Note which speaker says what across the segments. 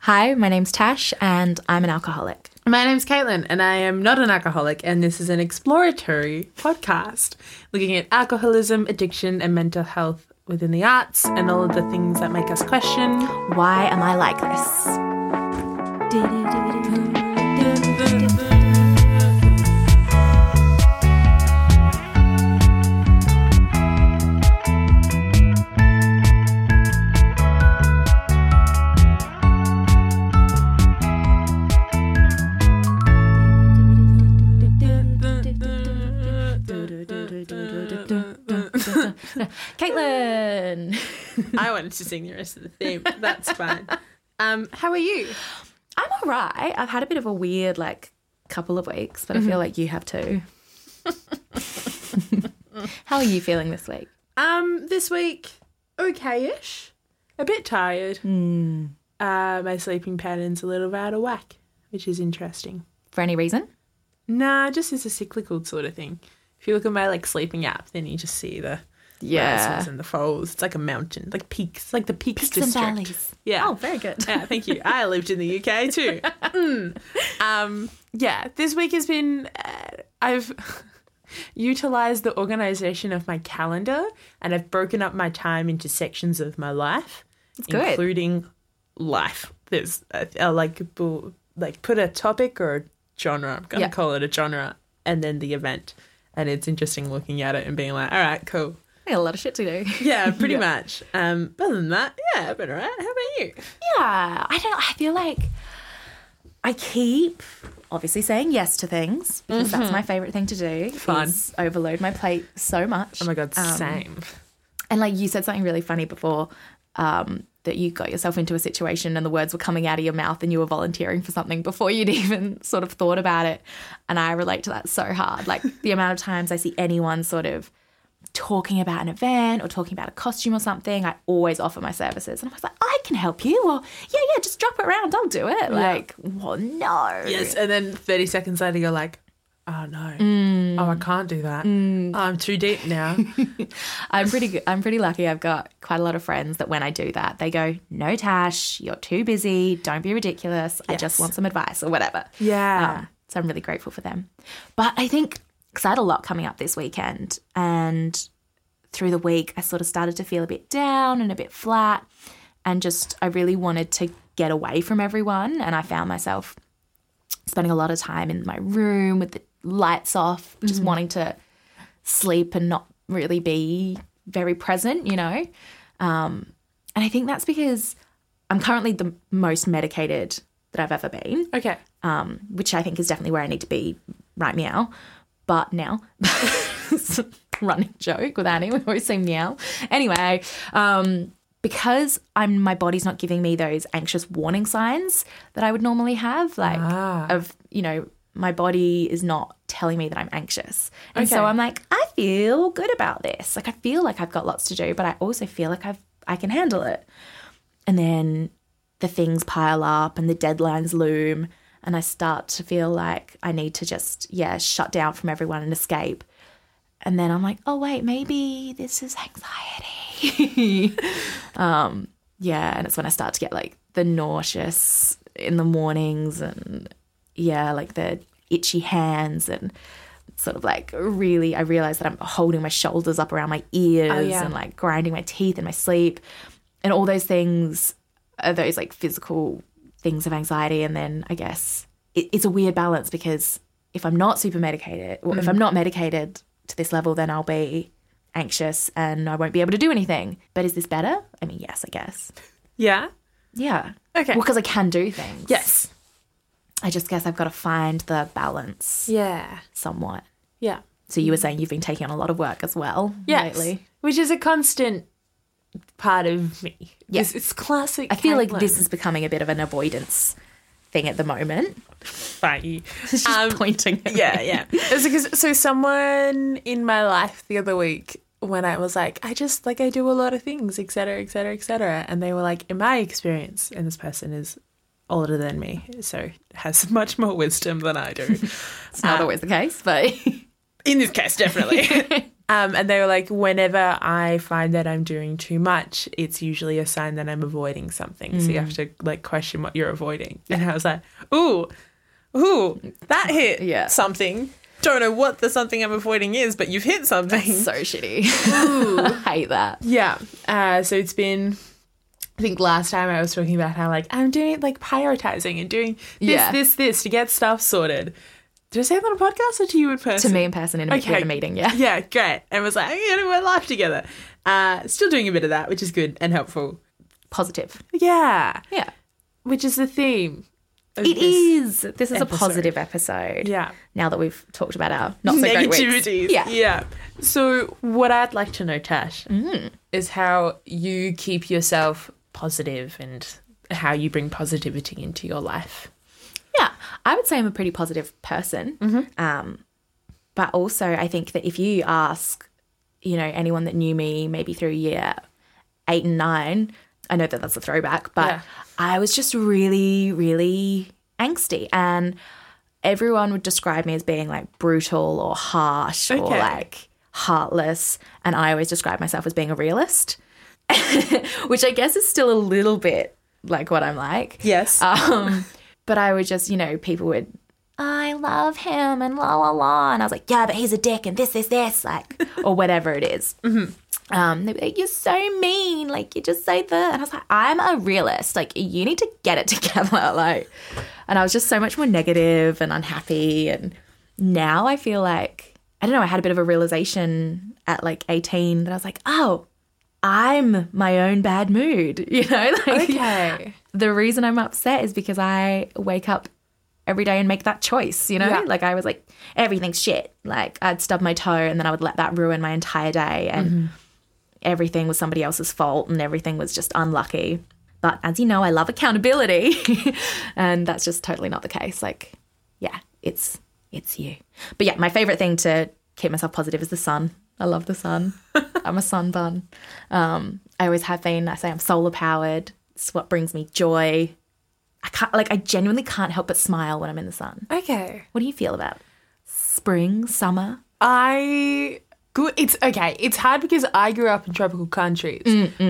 Speaker 1: Hi, my name's Tash, and I'm an alcoholic.
Speaker 2: My name's Caitlin, and I am not an alcoholic, and this is an exploratory podcast looking at alcoholism, addiction, and mental health within the arts and all of the things that make us question.
Speaker 1: Why am I like this? Caitlin,
Speaker 2: I wanted to sing the rest of the theme. but That's fine. Um, how are you?
Speaker 1: I'm all right. I've had a bit of a weird like couple of weeks, but I feel like you have too. How are you feeling this week?
Speaker 2: Um, this week, okay-ish. A bit tired. Uh, my sleeping pattern's a little out of whack, which is interesting.
Speaker 1: For any reason?
Speaker 2: Nah, just it's a cyclical sort of thing. If you look at my like sleeping app, then you just see the rises and the falls. It's like a mountain, like peaks, It's like the peaks,
Speaker 1: Peaks and
Speaker 2: district.
Speaker 1: valleys.
Speaker 2: Yeah.
Speaker 1: Oh, very good.
Speaker 2: yeah, Ah, thank you. I lived in the UK too. Mm. Um, yeah, this week has been. Uh, I've utilized the organization of my calendar and I've broken up my time into sections of my life,
Speaker 1: good.
Speaker 2: including life. There's a, a, like bu- like put a topic or a genre. I'm gonna
Speaker 1: Yeah.
Speaker 2: call it a genre, and then the event. And it's interesting looking at it and being like, all right, cool.
Speaker 1: I got a lot of shit to do.
Speaker 2: Yeah, pretty much. Um, but other than that, yeah, I've been all right. How about you?
Speaker 1: Yeah, I don't. I feel like I keep obviously saying yes to things because that's my favorite thing to do.
Speaker 2: Fun.
Speaker 1: is overload my plate so much.
Speaker 2: Oh my god,
Speaker 1: Um,
Speaker 2: same.
Speaker 1: And like you said something really funny before um, that you got yourself into a situation and the words were coming out of your mouth and you were volunteering for something before you'd even sort of thought about it. And I relate to that so hard. Like the amount of times I see anyone sort of talking about an event or talking about a costume or something, I always offer my services. And I was like, I can help you. Or, yeah, yeah, just drop it around. I'll do it. Like, well, no.
Speaker 2: Yes, and then 30 seconds later, you're like, oh no,
Speaker 1: Mm.
Speaker 2: oh, I can't do that. Oh, I'm too deep now.
Speaker 1: I'm pretty good. I'm pretty lucky. I've got quite a lot of friends that when I do that, they go, "No, Tash, you're too busy. Don't be ridiculous. I just
Speaker 2: Yes.
Speaker 1: want some advice or whatever."
Speaker 2: Yeah.
Speaker 1: Um, so I'm really grateful for them. But I think because I had a lot coming up this weekend, and through the week, I sort of started to feel a bit down and a bit flat, and just I really wanted to get away from everyone, and I found myself spending a lot of time in my room with the lights off,
Speaker 2: Mm.
Speaker 1: just wanting to sleep and not really be very present, you know? Um, and I think that's because I'm currently the most medicated that I've ever been,
Speaker 2: okay.
Speaker 1: um, which I think is definitely where I need to be right meow. But now, It's a running joke with Annie, we always say meow. Anyway, um, because I'm my body's not giving me those anxious warning signs that I would normally have, like
Speaker 2: Ah.
Speaker 1: of you know my body is not telling me that i'm anxious and so
Speaker 2: Okay.
Speaker 1: i'm like i feel good about this like i feel like i've got lots to do but i also feel like i've i can handle it and then the things pile up and the deadlines loom and i start to feel like i need to just yeah shut down from everyone and escape and then i'm like oh wait maybe this is anxiety yeah and it's when i start to get like the nauseous in the mornings and yeah like the itchy hands and sort of like really i realize that i'm holding my shoulders up around my ears
Speaker 2: yeah.
Speaker 1: and like grinding my teeth in my sleep and all those things are those like physical things of anxiety and then i guess it, it's a weird balance because if i'm not super medicated or if i'm not medicated to this level then i'll be anxious and i won't be able to do anything but is this better i mean yes i guess
Speaker 2: Yeah.
Speaker 1: yeah.
Speaker 2: Okay.
Speaker 1: Well, because I can do things.
Speaker 2: yes.
Speaker 1: I just guess I've got to find the balance
Speaker 2: Yeah.
Speaker 1: somewhat.
Speaker 2: Yeah.
Speaker 1: So you were saying you've been taking on a lot of work as well
Speaker 2: Yes.
Speaker 1: lately.
Speaker 2: Which is a constant part of me.
Speaker 1: Yeah.
Speaker 2: It's, it's classic.
Speaker 1: I feel like
Speaker 2: Caitlin.
Speaker 1: this is becoming a bit of an avoidance thing at the moment.
Speaker 2: Bye.
Speaker 1: It's just pointing. At
Speaker 2: Um, Yeah,
Speaker 1: me.
Speaker 2: yeah. It's because so someone in my life the other week when I was like, I just like I do a lot of things, et cetera, et cetera, et cetera. And they were like, in my experience, and this person is older than me, so has much more wisdom than I do. Uh,
Speaker 1: It's not always the case, but
Speaker 2: in this case, definitely. Um, and they were like, whenever I find that I'm doing too much, it's usually a sign that I'm avoiding something. So you have
Speaker 1: Mm.
Speaker 2: to like question what you're avoiding. And I was like, ooh, ooh, that hit
Speaker 1: Yeah.
Speaker 2: something. Don't know what the something I'm avoiding is, but you've hit something.
Speaker 1: So shitty. hate that.
Speaker 2: Yeah. Uh, so it's been. I think last time I was talking about how like I'm doing like prioritizing and doing this,
Speaker 1: Yeah.
Speaker 2: this, this to get stuff sorted. Did I say that on a podcast or to you in
Speaker 1: To
Speaker 2: person?
Speaker 1: me in person in a,
Speaker 2: Okay.
Speaker 1: in a meeting, yeah.
Speaker 2: Yeah, great. And was like, I'm gonna do my life together. Uh, still doing a bit of that, which is good and helpful.
Speaker 1: Positive.
Speaker 2: Yeah,
Speaker 1: Yeah.
Speaker 2: which is the theme. of
Speaker 1: It
Speaker 2: this-
Speaker 1: is. This is a
Speaker 2: episode.
Speaker 1: positive episode.
Speaker 2: Yeah.
Speaker 1: Now that we've talked about our not so great weeks.
Speaker 2: Negativities.
Speaker 1: Yeah.
Speaker 2: Yeah. So what I'd like to know, Tash, is how you keep yourself positive and how you bring positivity into your life.
Speaker 1: Yeah, I would say I'm a pretty positive person.
Speaker 2: Mm-hmm.
Speaker 1: Um, but also, I think that if you ask, you know, anyone that knew me maybe through year eight and nine, I know that that's a throwback, but
Speaker 2: Yeah.
Speaker 1: I was just really, really angsty. And everyone would describe me as being like brutal or harsh or
Speaker 2: Okay.
Speaker 1: like heartless. And I always describe myself as being a realist, which I guess is still a little bit like what I'm like.
Speaker 2: Yes.
Speaker 1: Um, but I would just, you know, people would, I love him and la la la. And I was like, yeah, but he's a dick and this, this, this, like, or whatever it is. Um, they'd be like, you're so mean. Like, you just say the. And I was like, I'm a realist. Like, you need to get it together. Like, and I was just so much more negative and unhappy. And now I feel like, I don't know, I had a bit of a realization at like 18 that I was like, oh, I'm my own bad mood, you know? Like,
Speaker 2: okay.
Speaker 1: the reason I'm upset is because I wake up every day and make that choice, you know?
Speaker 2: Yeah.
Speaker 1: Like I was like, everything's shit. Like I'd stub my toe and then I would let that ruin my entire day
Speaker 2: Mm-hmm.
Speaker 1: and everything was somebody else's fault and everything was just unlucky. But as you know, I love accountability and that's just totally not the case. Like, yeah, it's it's you. But yeah, my favorite thing to keep myself positive is the sun. I love the sun. I'm a sun bun. Um, I always have been. I say I'm solar powered. It's what brings me joy. I can't like I genuinely can't help but smile when I'm in the sun.
Speaker 2: Okay.
Speaker 1: What do you feel about spring, summer?
Speaker 2: I good. It's okay. It's hard because I grew up in tropical countries,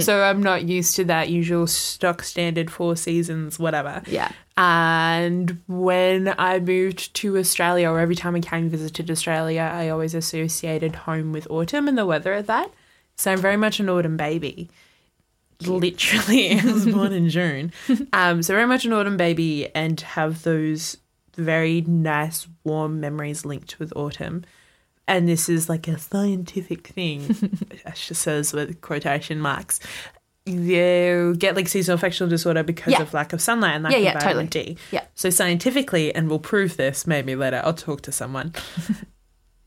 Speaker 2: so I'm not used to that usual stock standard four seasons, whatever.
Speaker 1: Yeah.
Speaker 2: And when I moved to Australia, or every time I came and visited Australia, I always associated home with autumn and the weather at that. So I'm very much an autumn baby. Literally, I was born in June. Um, so very much an autumn baby, and have those very nice, warm memories linked with autumn and this is like a scientific thing, she says with quotation marks. You get like seasonal affectional disorder because
Speaker 1: Yeah.
Speaker 2: of lack of sunlight and lack
Speaker 1: Yeah, yeah,
Speaker 2: of vitamin
Speaker 1: totally.
Speaker 2: D.
Speaker 1: Yeah.
Speaker 2: So scientifically, and we'll prove this maybe later. I'll talk to someone.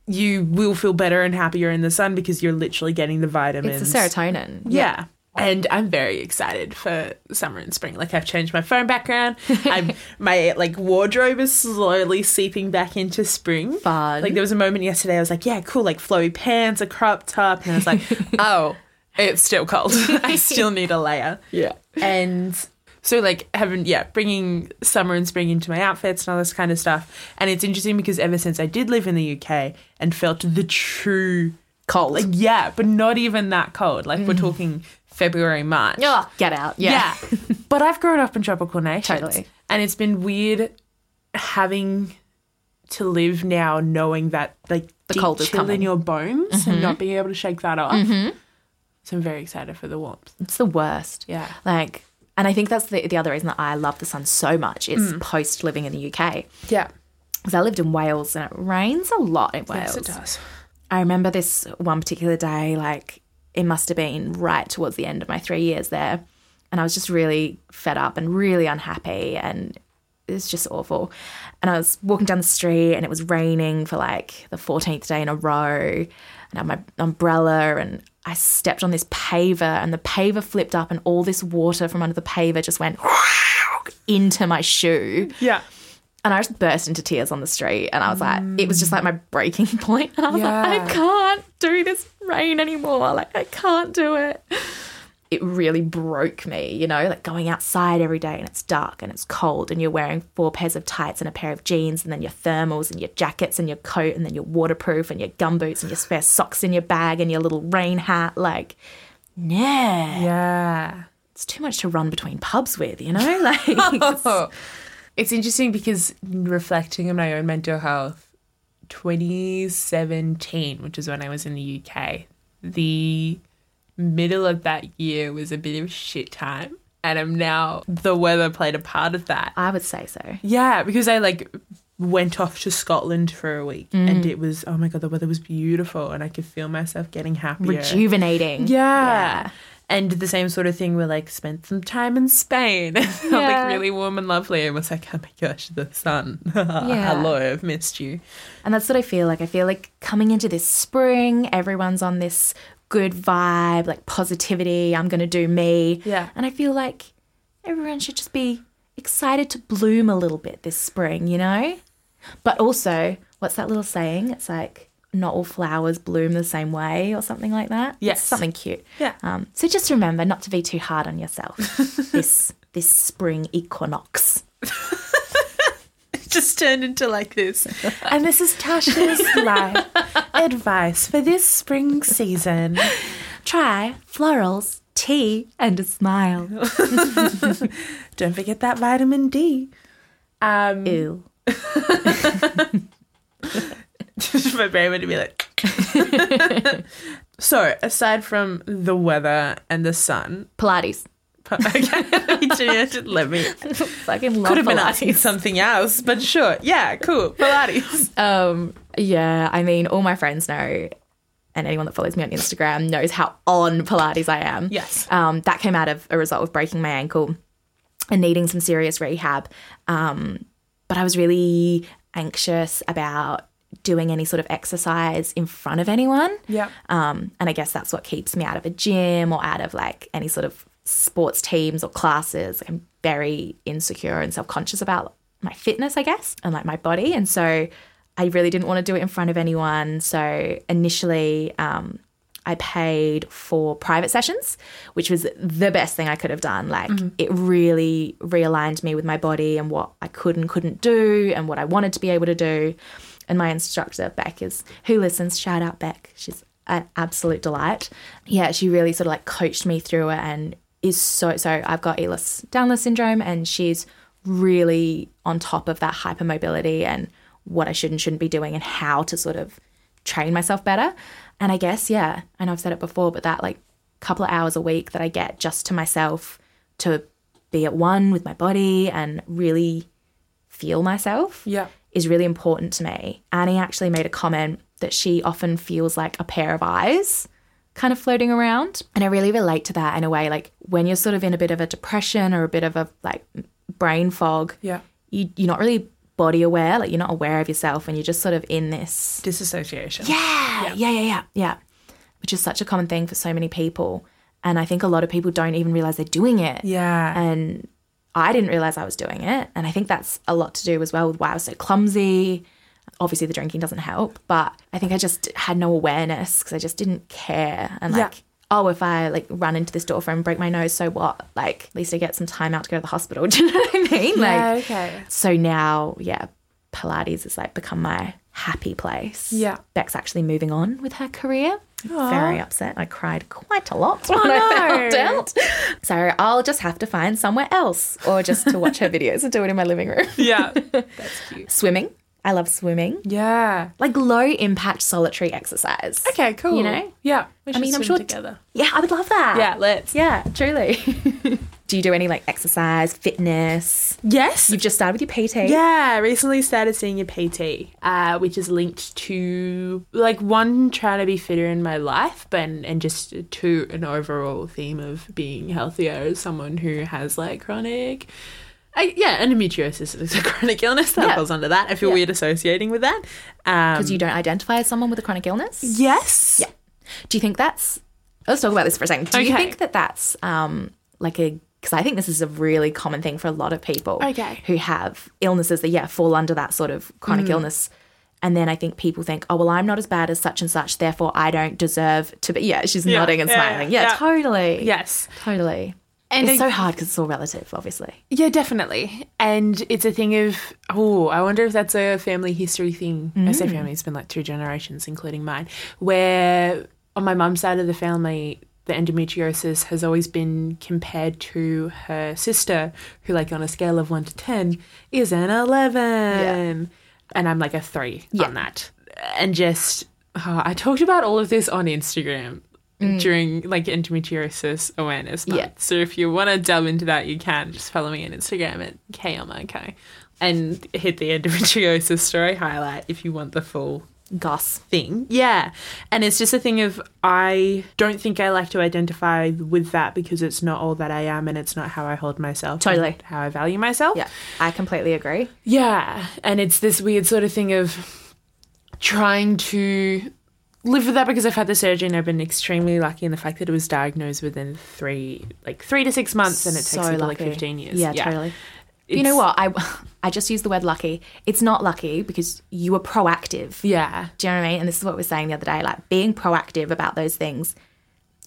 Speaker 2: you will feel better and happier in the sun because you're literally getting the vitamins.
Speaker 1: It's the serotonin.
Speaker 2: Yeah. And I'm very excited for summer and spring. Like I've changed my phone background. I'm my like wardrobe is slowly seeping back into spring.
Speaker 1: Fun.
Speaker 2: Like there was a moment yesterday I was like, yeah, cool, like flowy pants, a crop top, and I was like, oh, it's still cold. I still need a layer.
Speaker 1: Yeah.
Speaker 2: And so like having yeah, bringing summer and spring into my outfits and all this kind of stuff. And it's interesting because ever since I did live in the UK and felt the true
Speaker 1: Cold.
Speaker 2: like, yeah, but not even that cold. Like we're talking February, March.
Speaker 1: Oh, get out. Yeah.
Speaker 2: Yeah. but I've grown up in tropical nations.
Speaker 1: Totally.
Speaker 2: And it's been weird having to live now knowing that like
Speaker 1: The
Speaker 2: deep
Speaker 1: cold is
Speaker 2: chill
Speaker 1: coming. Mm-hmm.
Speaker 2: in your bones and not being able to shake that off. So I'm very excited for the warmth.
Speaker 1: It's the worst.
Speaker 2: Yeah.
Speaker 1: Like and I think that's the, the other reason that I love the sun so much is
Speaker 2: Mm.
Speaker 1: post living in the UK.
Speaker 2: Yeah.
Speaker 1: Because I lived in Wales and it rains a lot in Wales.
Speaker 2: Yes, it does.
Speaker 1: I remember this one particular day, like it must have been right towards the end of my three years there. And I was just really fed up and really unhappy. And it was just awful. And I was walking down the street and it was raining for like the 14th day in a row. And I had my umbrella and I stepped on this paver and the paver flipped up and all this water from under the paver just went into my shoe
Speaker 2: Yeah.
Speaker 1: and I just burst into tears on the street. And I was like, it was just like my breaking point. And I was
Speaker 2: Yeah.
Speaker 1: like, I can't do this rain anymore. Like, I can't do it. it really broke me, you know, like going outside every day and it's dark and it's cold and you're wearing four pairs of tights and a pair of jeans and then your thermals and your jackets and your coat and then your waterproof and your gumboots and your spare socks in your bag and your little rain hat. Like, nah,
Speaker 2: Yeah.
Speaker 1: it's too much to run between pubs with, you know? Like, it's-
Speaker 2: It's interesting because reflecting on my own mental health, 2017, which is when I was in the UK, the middle of that year was a bit of shit time. And I'm now, the weather played a part of that.
Speaker 1: I would say so.
Speaker 2: Yeah, because I like went off to Scotland for a week and it was, oh my God, the weather was beautiful and I could feel myself getting happier.
Speaker 1: Rejuvenating.
Speaker 2: Yeah. And did the same sort of thing where like spent some time in Spain. It felt
Speaker 1: Yeah.
Speaker 2: like really warm and lovely and was like, oh my gosh, the sun.
Speaker 1: Yeah.
Speaker 2: Hello, I've missed you.
Speaker 1: And that's what I feel like. I feel like coming into this spring, everyone's on this good vibe, like positivity, I'm going to do me.
Speaker 2: Yeah.
Speaker 1: And I feel like everyone should just be excited to bloom a little bit this spring, you know? But also, what's that little saying? It's like, not all flowers bloom the same way or something like that. It's
Speaker 2: Yes.
Speaker 1: something cute.
Speaker 2: Yeah.
Speaker 1: Um, so just remember not to be too hard on yourself this this spring equinox.
Speaker 2: It just turned into like this. and this is Tasha's life advice for this spring season.
Speaker 1: Try florals, tea, and a smile.
Speaker 2: Don't forget that vitamin D. Um,
Speaker 1: Ew.
Speaker 2: my brain would be like. so, aside from the weather and the sun,
Speaker 1: Pilates.
Speaker 2: okay, Jeanette, let me
Speaker 1: Fucking love
Speaker 2: could have been
Speaker 1: Pilates.
Speaker 2: asking something else, but sure. Yeah, cool. Pilates.
Speaker 1: Um, yeah, I mean, all my friends know, and anyone that follows me on Instagram knows how on Pilates I am.
Speaker 2: Yes.
Speaker 1: Um, that came out of a result of breaking my ankle and needing some serious rehab. Um, but I was really anxious about doing any sort of exercise in front of anyone.
Speaker 2: Yeah.
Speaker 1: Um, and I guess that's what keeps me out of a gym or out of like any sort of sports teams or classes. I'm very insecure and self conscious about my fitness, I guess, and like my body. And so I really didn't want to do it in front of anyone. So initially, um, I paid for private sessions, which was the best thing I could have done. Like it really realigned me with my body and what I could and couldn't do and what I wanted to be able to do. And my instructor, Beck, is who listens. Shout out Beck. She's an absolute delight. Yeah, she really sort of like coached me through it and is so so I've got ELIS Downless syndrome and she's really on top of that hypermobility and what I should and shouldn't be doing and how to sort of train myself better. And I guess, yeah, I know I've said it before, but that like couple of hours a week that I get just to myself to be at one with my body and really feel myself
Speaker 2: Yeah.
Speaker 1: is really important to me. Annie actually made a comment that she often feels like a pair of eyes kind of floating around. And I really relate to that in a way. Like when you're sort of in a bit of a depression or a bit of a like brain fog,
Speaker 2: Yeah.
Speaker 1: you, you're not really body aware, like you're not aware of yourself and you're just sort of in this
Speaker 2: Disassociation.
Speaker 1: yeah, yeah, yeah, yeah, yeah. Which is such a common thing for so many people. And I think a lot of people don't even realize they're doing it.
Speaker 2: Yeah.
Speaker 1: And I didn't realize I was doing it. And I think that's a lot to do as well with why I was so clumsy. Obviously, the drinking doesn't help, but I think I just had no awareness because I just didn't care. And
Speaker 2: Yeah.
Speaker 1: like, oh, if I like run into this door frame and break my nose, so what? Like, at least I get some time out to go to the hospital. Do you know what I mean?
Speaker 2: yeah.
Speaker 1: Like,
Speaker 2: okay.
Speaker 1: so now, yeah, Pilates has like become my happy place.
Speaker 2: Yeah.
Speaker 1: Beck's actually moving on with her career.
Speaker 2: Aw. Oh,
Speaker 1: Very upset. I cried quite a lot when I found
Speaker 2: no.
Speaker 1: out. So I'll just have to find somewhere else or just to watch her videos and do it in my living room.
Speaker 2: Yeah. That's cute.
Speaker 1: Swimming. I love swimming.
Speaker 2: Yeah.
Speaker 1: Like low impact solitary exercise.
Speaker 2: Okay, cool.
Speaker 1: You know?
Speaker 2: Yeah. We
Speaker 1: mean, I'm
Speaker 2: swim
Speaker 1: sure-
Speaker 2: together.
Speaker 1: Yeah, I would love that.
Speaker 2: Yeah, let's.
Speaker 1: Yeah, truly. do you do any like exercise, fitness?
Speaker 2: Yes.
Speaker 1: You've just started with your PT.
Speaker 2: Yeah, I recently started seeing a PT, uh, which is linked to like one trying to be fitter in my life, but and, and just to an overall theme of being healthier as someone who has like chronic. I, yeah, endometriosis is a chronic illness that
Speaker 1: Yeah.
Speaker 2: falls under that. I feel
Speaker 1: Yeah.
Speaker 2: weird associating with that. Um,
Speaker 1: Because you don't identify as someone with a chronic illness?
Speaker 2: yes,
Speaker 1: Yeah. Do you think that's? Let's talk about this for a second. Do you
Speaker 2: Okay.
Speaker 1: think that that's um, like a? Because I think this is a really common thing for a lot of people
Speaker 2: Okay. Mm.
Speaker 1: who have illnesses that yeah fall under that sort of chronic illness And then I think people think, oh, well, I'm not as bad as such and such, therefore I don't deserve to be. Yeah, she's
Speaker 2: Yeah,
Speaker 1: nodding and
Speaker 2: yeah,
Speaker 1: smiling. Yeah,
Speaker 2: yeah.
Speaker 1: totally.
Speaker 2: Yes.
Speaker 1: Totally.
Speaker 2: And
Speaker 1: it's
Speaker 2: I-
Speaker 1: so hard because it's all relative, obviously.
Speaker 2: Yeah, definitely. And it's a thing of, oh, I wonder if that's a family history thing. I say family, it's been like two generations, including mine, where on my mum's side of the family, the endometriosis has always been compared to her sister, who, like, on a scale of one to 10, is an 11. And I'm like a three on that. And just, oh, I talked about all of this on Instagram during like endometriosis awareness month.
Speaker 1: Yeah.
Speaker 2: So if you want to delve into that, you can just follow me on Instagram at kmrk and hit the endometriosis story highlight if you want the full
Speaker 1: Goss.
Speaker 2: thing. Yeah. And it's just a thing of I don't think I like to identify with that because it's not all that I am and it's not how I hold myself. and
Speaker 1: Totally.
Speaker 2: How I value myself.
Speaker 1: Yeah, I completely agree.
Speaker 2: Yeah. And it's this weird sort of thing of trying to live with that because I've had the surgery and I've been extremely lucky in the fact that it was diagnosed within three like three to six months and it takes
Speaker 1: so
Speaker 2: people like
Speaker 1: lucky.
Speaker 2: fifteen years.
Speaker 1: Yeah, totally. you
Speaker 2: It's-
Speaker 1: know what? I, I just used the word lucky. It's not lucky because you were proactive.
Speaker 2: Yeah.
Speaker 1: Do you know what I mean? And this is what we were saying the other day like being proactive about those things,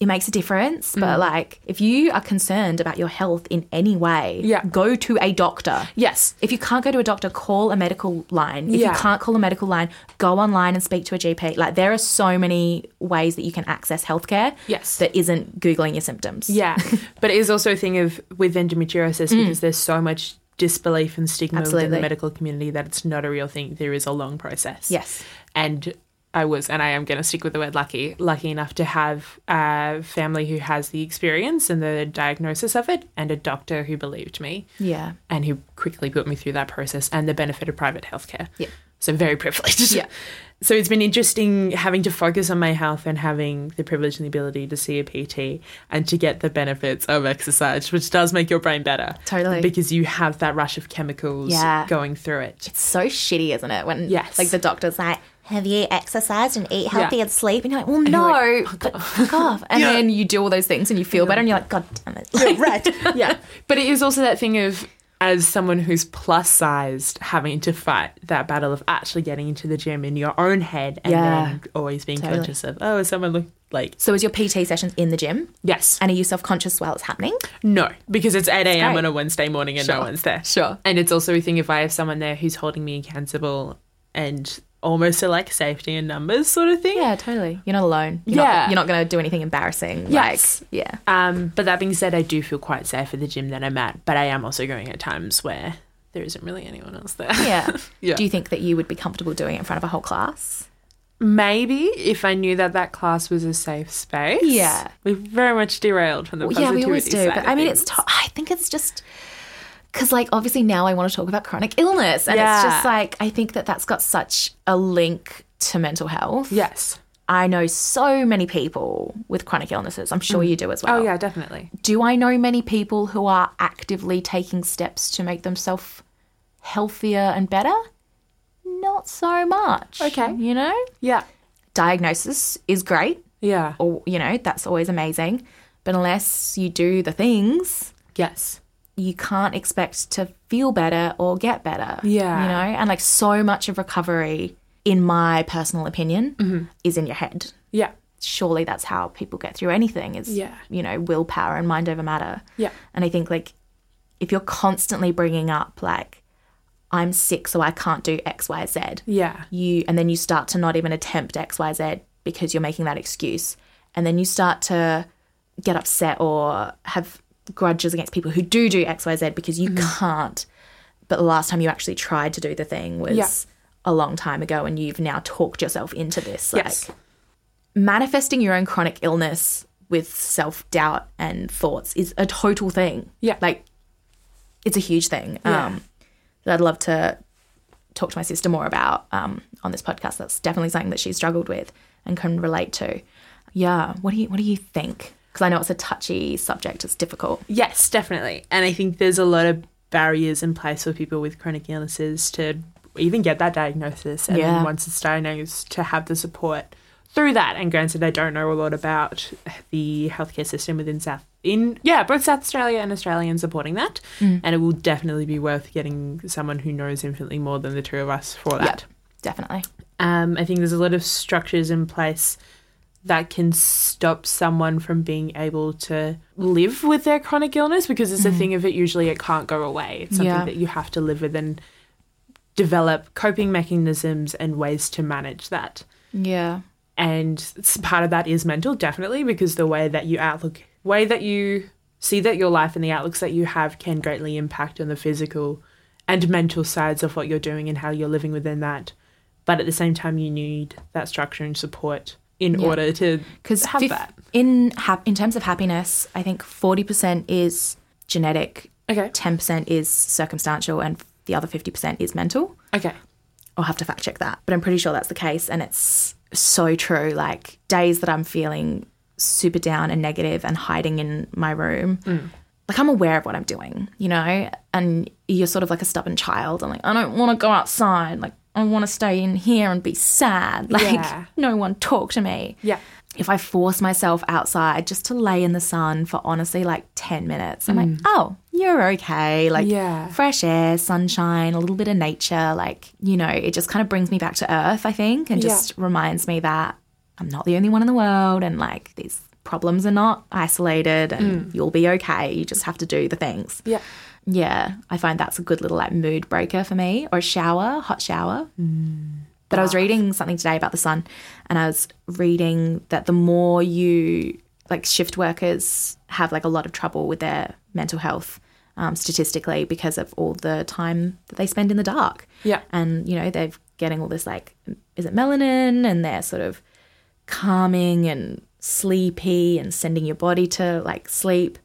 Speaker 1: it makes a difference.
Speaker 2: Mm.
Speaker 1: But like, if you are concerned about your health in any way,
Speaker 2: Yeah.
Speaker 1: go to a doctor.
Speaker 2: Yes.
Speaker 1: If you can't go to a doctor, call a medical line. If
Speaker 2: Yeah.
Speaker 1: you can't call a medical line, go online and speak to a GP. Like, there are so many ways that you can access healthcare
Speaker 2: Yes.
Speaker 1: that isn't Googling your symptoms.
Speaker 2: Yeah. but it is also a thing of with endometriosis because there's so much disbelief and stigma within
Speaker 1: Mm. Absolutely.
Speaker 2: the medical community that it's not a real thing. There is a long process.
Speaker 1: Yes.
Speaker 2: and I was, and I am going to stick with the word lucky, lucky enough to have a family who has the experience and the diagnosis of it, and a doctor who believed me
Speaker 1: Yeah.
Speaker 2: and who quickly put me through that process and the benefit of private healthcare.
Speaker 1: Yeah.
Speaker 2: So very privileged.
Speaker 1: Yeah.
Speaker 2: So it's been interesting having to focus on my health and having the privilege and the ability to see a PT and to get the benefits of exercise, which does make your brain better.
Speaker 1: Totally.
Speaker 2: Because you have that rush of chemicals
Speaker 1: Yeah.
Speaker 2: going through it.
Speaker 1: It's so shitty, isn't it? When
Speaker 2: Yes.
Speaker 1: like the doctor's like, "Have you exercised and eat healthy
Speaker 2: Yeah.
Speaker 1: and sleep?" And you're like, "Well, no,
Speaker 2: like,
Speaker 1: but fuck off." And
Speaker 2: Yeah.
Speaker 1: then you do all those things and you feel better, and you're like, "God damn it!" Like,
Speaker 2: right. yeah. But it is also that thing of, as someone who's plus sized, having to fight that battle of actually getting into the gym in your own head and
Speaker 1: Yeah.
Speaker 2: then always being
Speaker 1: Totally.
Speaker 2: conscious of, oh, is someone look like,
Speaker 1: So, is your PT sessions in the gym,
Speaker 2: yes,
Speaker 1: and are you self conscious while it's happening?
Speaker 2: no, because it's 8 a.m.
Speaker 1: great.
Speaker 2: on a Wednesday morning and no
Speaker 1: Sure.
Speaker 2: one's there.
Speaker 1: Sure.
Speaker 2: And it's also a thing if I have someone there who's holding me accountable and almost a like safety and numbers sort of thing.
Speaker 1: Yeah, totally. You're not alone. You're
Speaker 2: Yeah.
Speaker 1: Not, you're not going to do anything embarrassing.
Speaker 2: Yes.
Speaker 1: Like, yeah.
Speaker 2: Um, but that being said, I do feel quite safe at the gym that I'm at, but I am also going at times where there isn't really anyone else there.
Speaker 1: Yeah.
Speaker 2: Yeah.
Speaker 1: Do you think that you would be comfortable doing it in front of a whole class?
Speaker 2: Maybe if I knew that that class was a safe space.
Speaker 1: Yeah.
Speaker 2: we very much derailed from the
Speaker 1: Well, yeah,
Speaker 2: positivity
Speaker 1: we always do.
Speaker 2: side
Speaker 1: But
Speaker 2: of
Speaker 1: I mean,
Speaker 2: things.
Speaker 1: it's. To- I think it's just because, like, obviously now I want to talk about chronic illness, and
Speaker 2: Yeah.
Speaker 1: it's just like I think that that's got such a link to mental health.
Speaker 2: yes.
Speaker 1: I know so many people with chronic illnesses. I'm sure you do as well.
Speaker 2: Oh yeah, definitely.
Speaker 1: Do I know many people who are actively taking steps to make themselves healthier and better? Not so much.
Speaker 2: Okay.
Speaker 1: You know,
Speaker 2: Yeah,
Speaker 1: diagnosis is great,
Speaker 2: yeah,
Speaker 1: or you know, that's always amazing. But unless you do the things,
Speaker 2: yes,
Speaker 1: you can't expect to feel better or get better.
Speaker 2: Yeah.
Speaker 1: You know, and like so much of recovery, in my personal opinion,
Speaker 2: Mm-hmm.
Speaker 1: is in your head.
Speaker 2: yeah,
Speaker 1: Surely that's how people get through anything is,
Speaker 2: Yeah.
Speaker 1: you know, willpower and mind over matter.
Speaker 2: yeah,
Speaker 1: And I think like if you're constantly bringing up, like, I'm sick, so I can't do X, Y, Z,
Speaker 2: yeah,
Speaker 1: you, and then you start to not even attempt X, Y, Z because you're making that excuse. And then you start to get upset or have grudges against people who do do X, Y, Z because you
Speaker 2: Mm-hmm.
Speaker 1: can't. But the last time you actually tried to do the thing was
Speaker 2: Yeah.
Speaker 1: a long time ago, and you've now talked yourself into this. Like
Speaker 2: yes,
Speaker 1: manifesting your own chronic illness with self doubt and thoughts is a total thing.
Speaker 2: Yeah.
Speaker 1: Like it's a huge thing.
Speaker 2: Yeah.
Speaker 1: Um that I'd love to talk to my sister more about um on this podcast. That's definitely something that she struggled with and can relate to. Yeah. What do you what do you think? Because I know it's a touchy subject, it's difficult.
Speaker 2: yes, definitely. And I think there's a lot of barriers in place for people with chronic illnesses to even get that diagnosis, and
Speaker 1: Yeah.
Speaker 2: then once it's diagnosed, to have the support through that. And granted, I don't know a lot about the healthcare system within South in yeah, both South Australia and Australia in supporting that. And it will definitely be worth getting someone who knows infinitely more than the two of us for that.
Speaker 1: Definitely.
Speaker 2: Um, I think there's a lot of structures in place that can stop someone from being able to live with their chronic illness because it's a thing of it usually it can't go away. It's something
Speaker 1: Yeah.
Speaker 2: that you have to live with and develop coping mechanisms and ways to manage that.
Speaker 1: Yeah.
Speaker 2: And s- part of that is mental, definitely, because the way that you outlook, way that you see that your life and the outlooks that you have can greatly impact on the physical and mental sides of what you're doing and how you're living within that. But at the same time, you need that structure and support in
Speaker 1: Yeah.
Speaker 2: order to
Speaker 1: because
Speaker 2: have that.
Speaker 1: in hap- in terms of happiness, I think forty percent is genetic,
Speaker 2: Okay.
Speaker 1: ten percent is circumstantial, and the other fifty percent is mental.
Speaker 2: Okay.
Speaker 1: I'll have to fact check that, but I'm pretty sure that's the case, and it's so true. Like days that I'm feeling super down and negative and hiding in my room. Like I'm aware of what I'm doing, you know, and you're sort of like a stubborn child. I'm like, I don't want to go outside. Like I want to stay in here and be sad. Like
Speaker 2: Yeah.
Speaker 1: no one talk to me
Speaker 2: Yeah.
Speaker 1: if I force myself outside just to lay in the sun for honestly like 10 minutes, I'm like, oh, you're okay. Like,
Speaker 2: Mm. Yeah.
Speaker 1: fresh air, sunshine, a little bit of nature. Like, you know, it just kind of brings me back to earth, I think, and
Speaker 2: Yeah.
Speaker 1: just reminds me that I'm not the only one in the world and like these problems are not isolated and
Speaker 2: Mm.
Speaker 1: you'll be okay. You just have to do the things.
Speaker 2: Yeah.
Speaker 1: Yeah, I find that's a good little like mood breaker for me, or a shower, hot shower. But I was reading something today about the sun, and I was reading that the more you like shift workers have like a lot of trouble with their mental health um, statistically because of all the time that they spend in the dark.
Speaker 2: Yeah.
Speaker 1: and you know they're getting all this like, is it melanin? And they're sort of calming and sleepy and sending your body to like sleep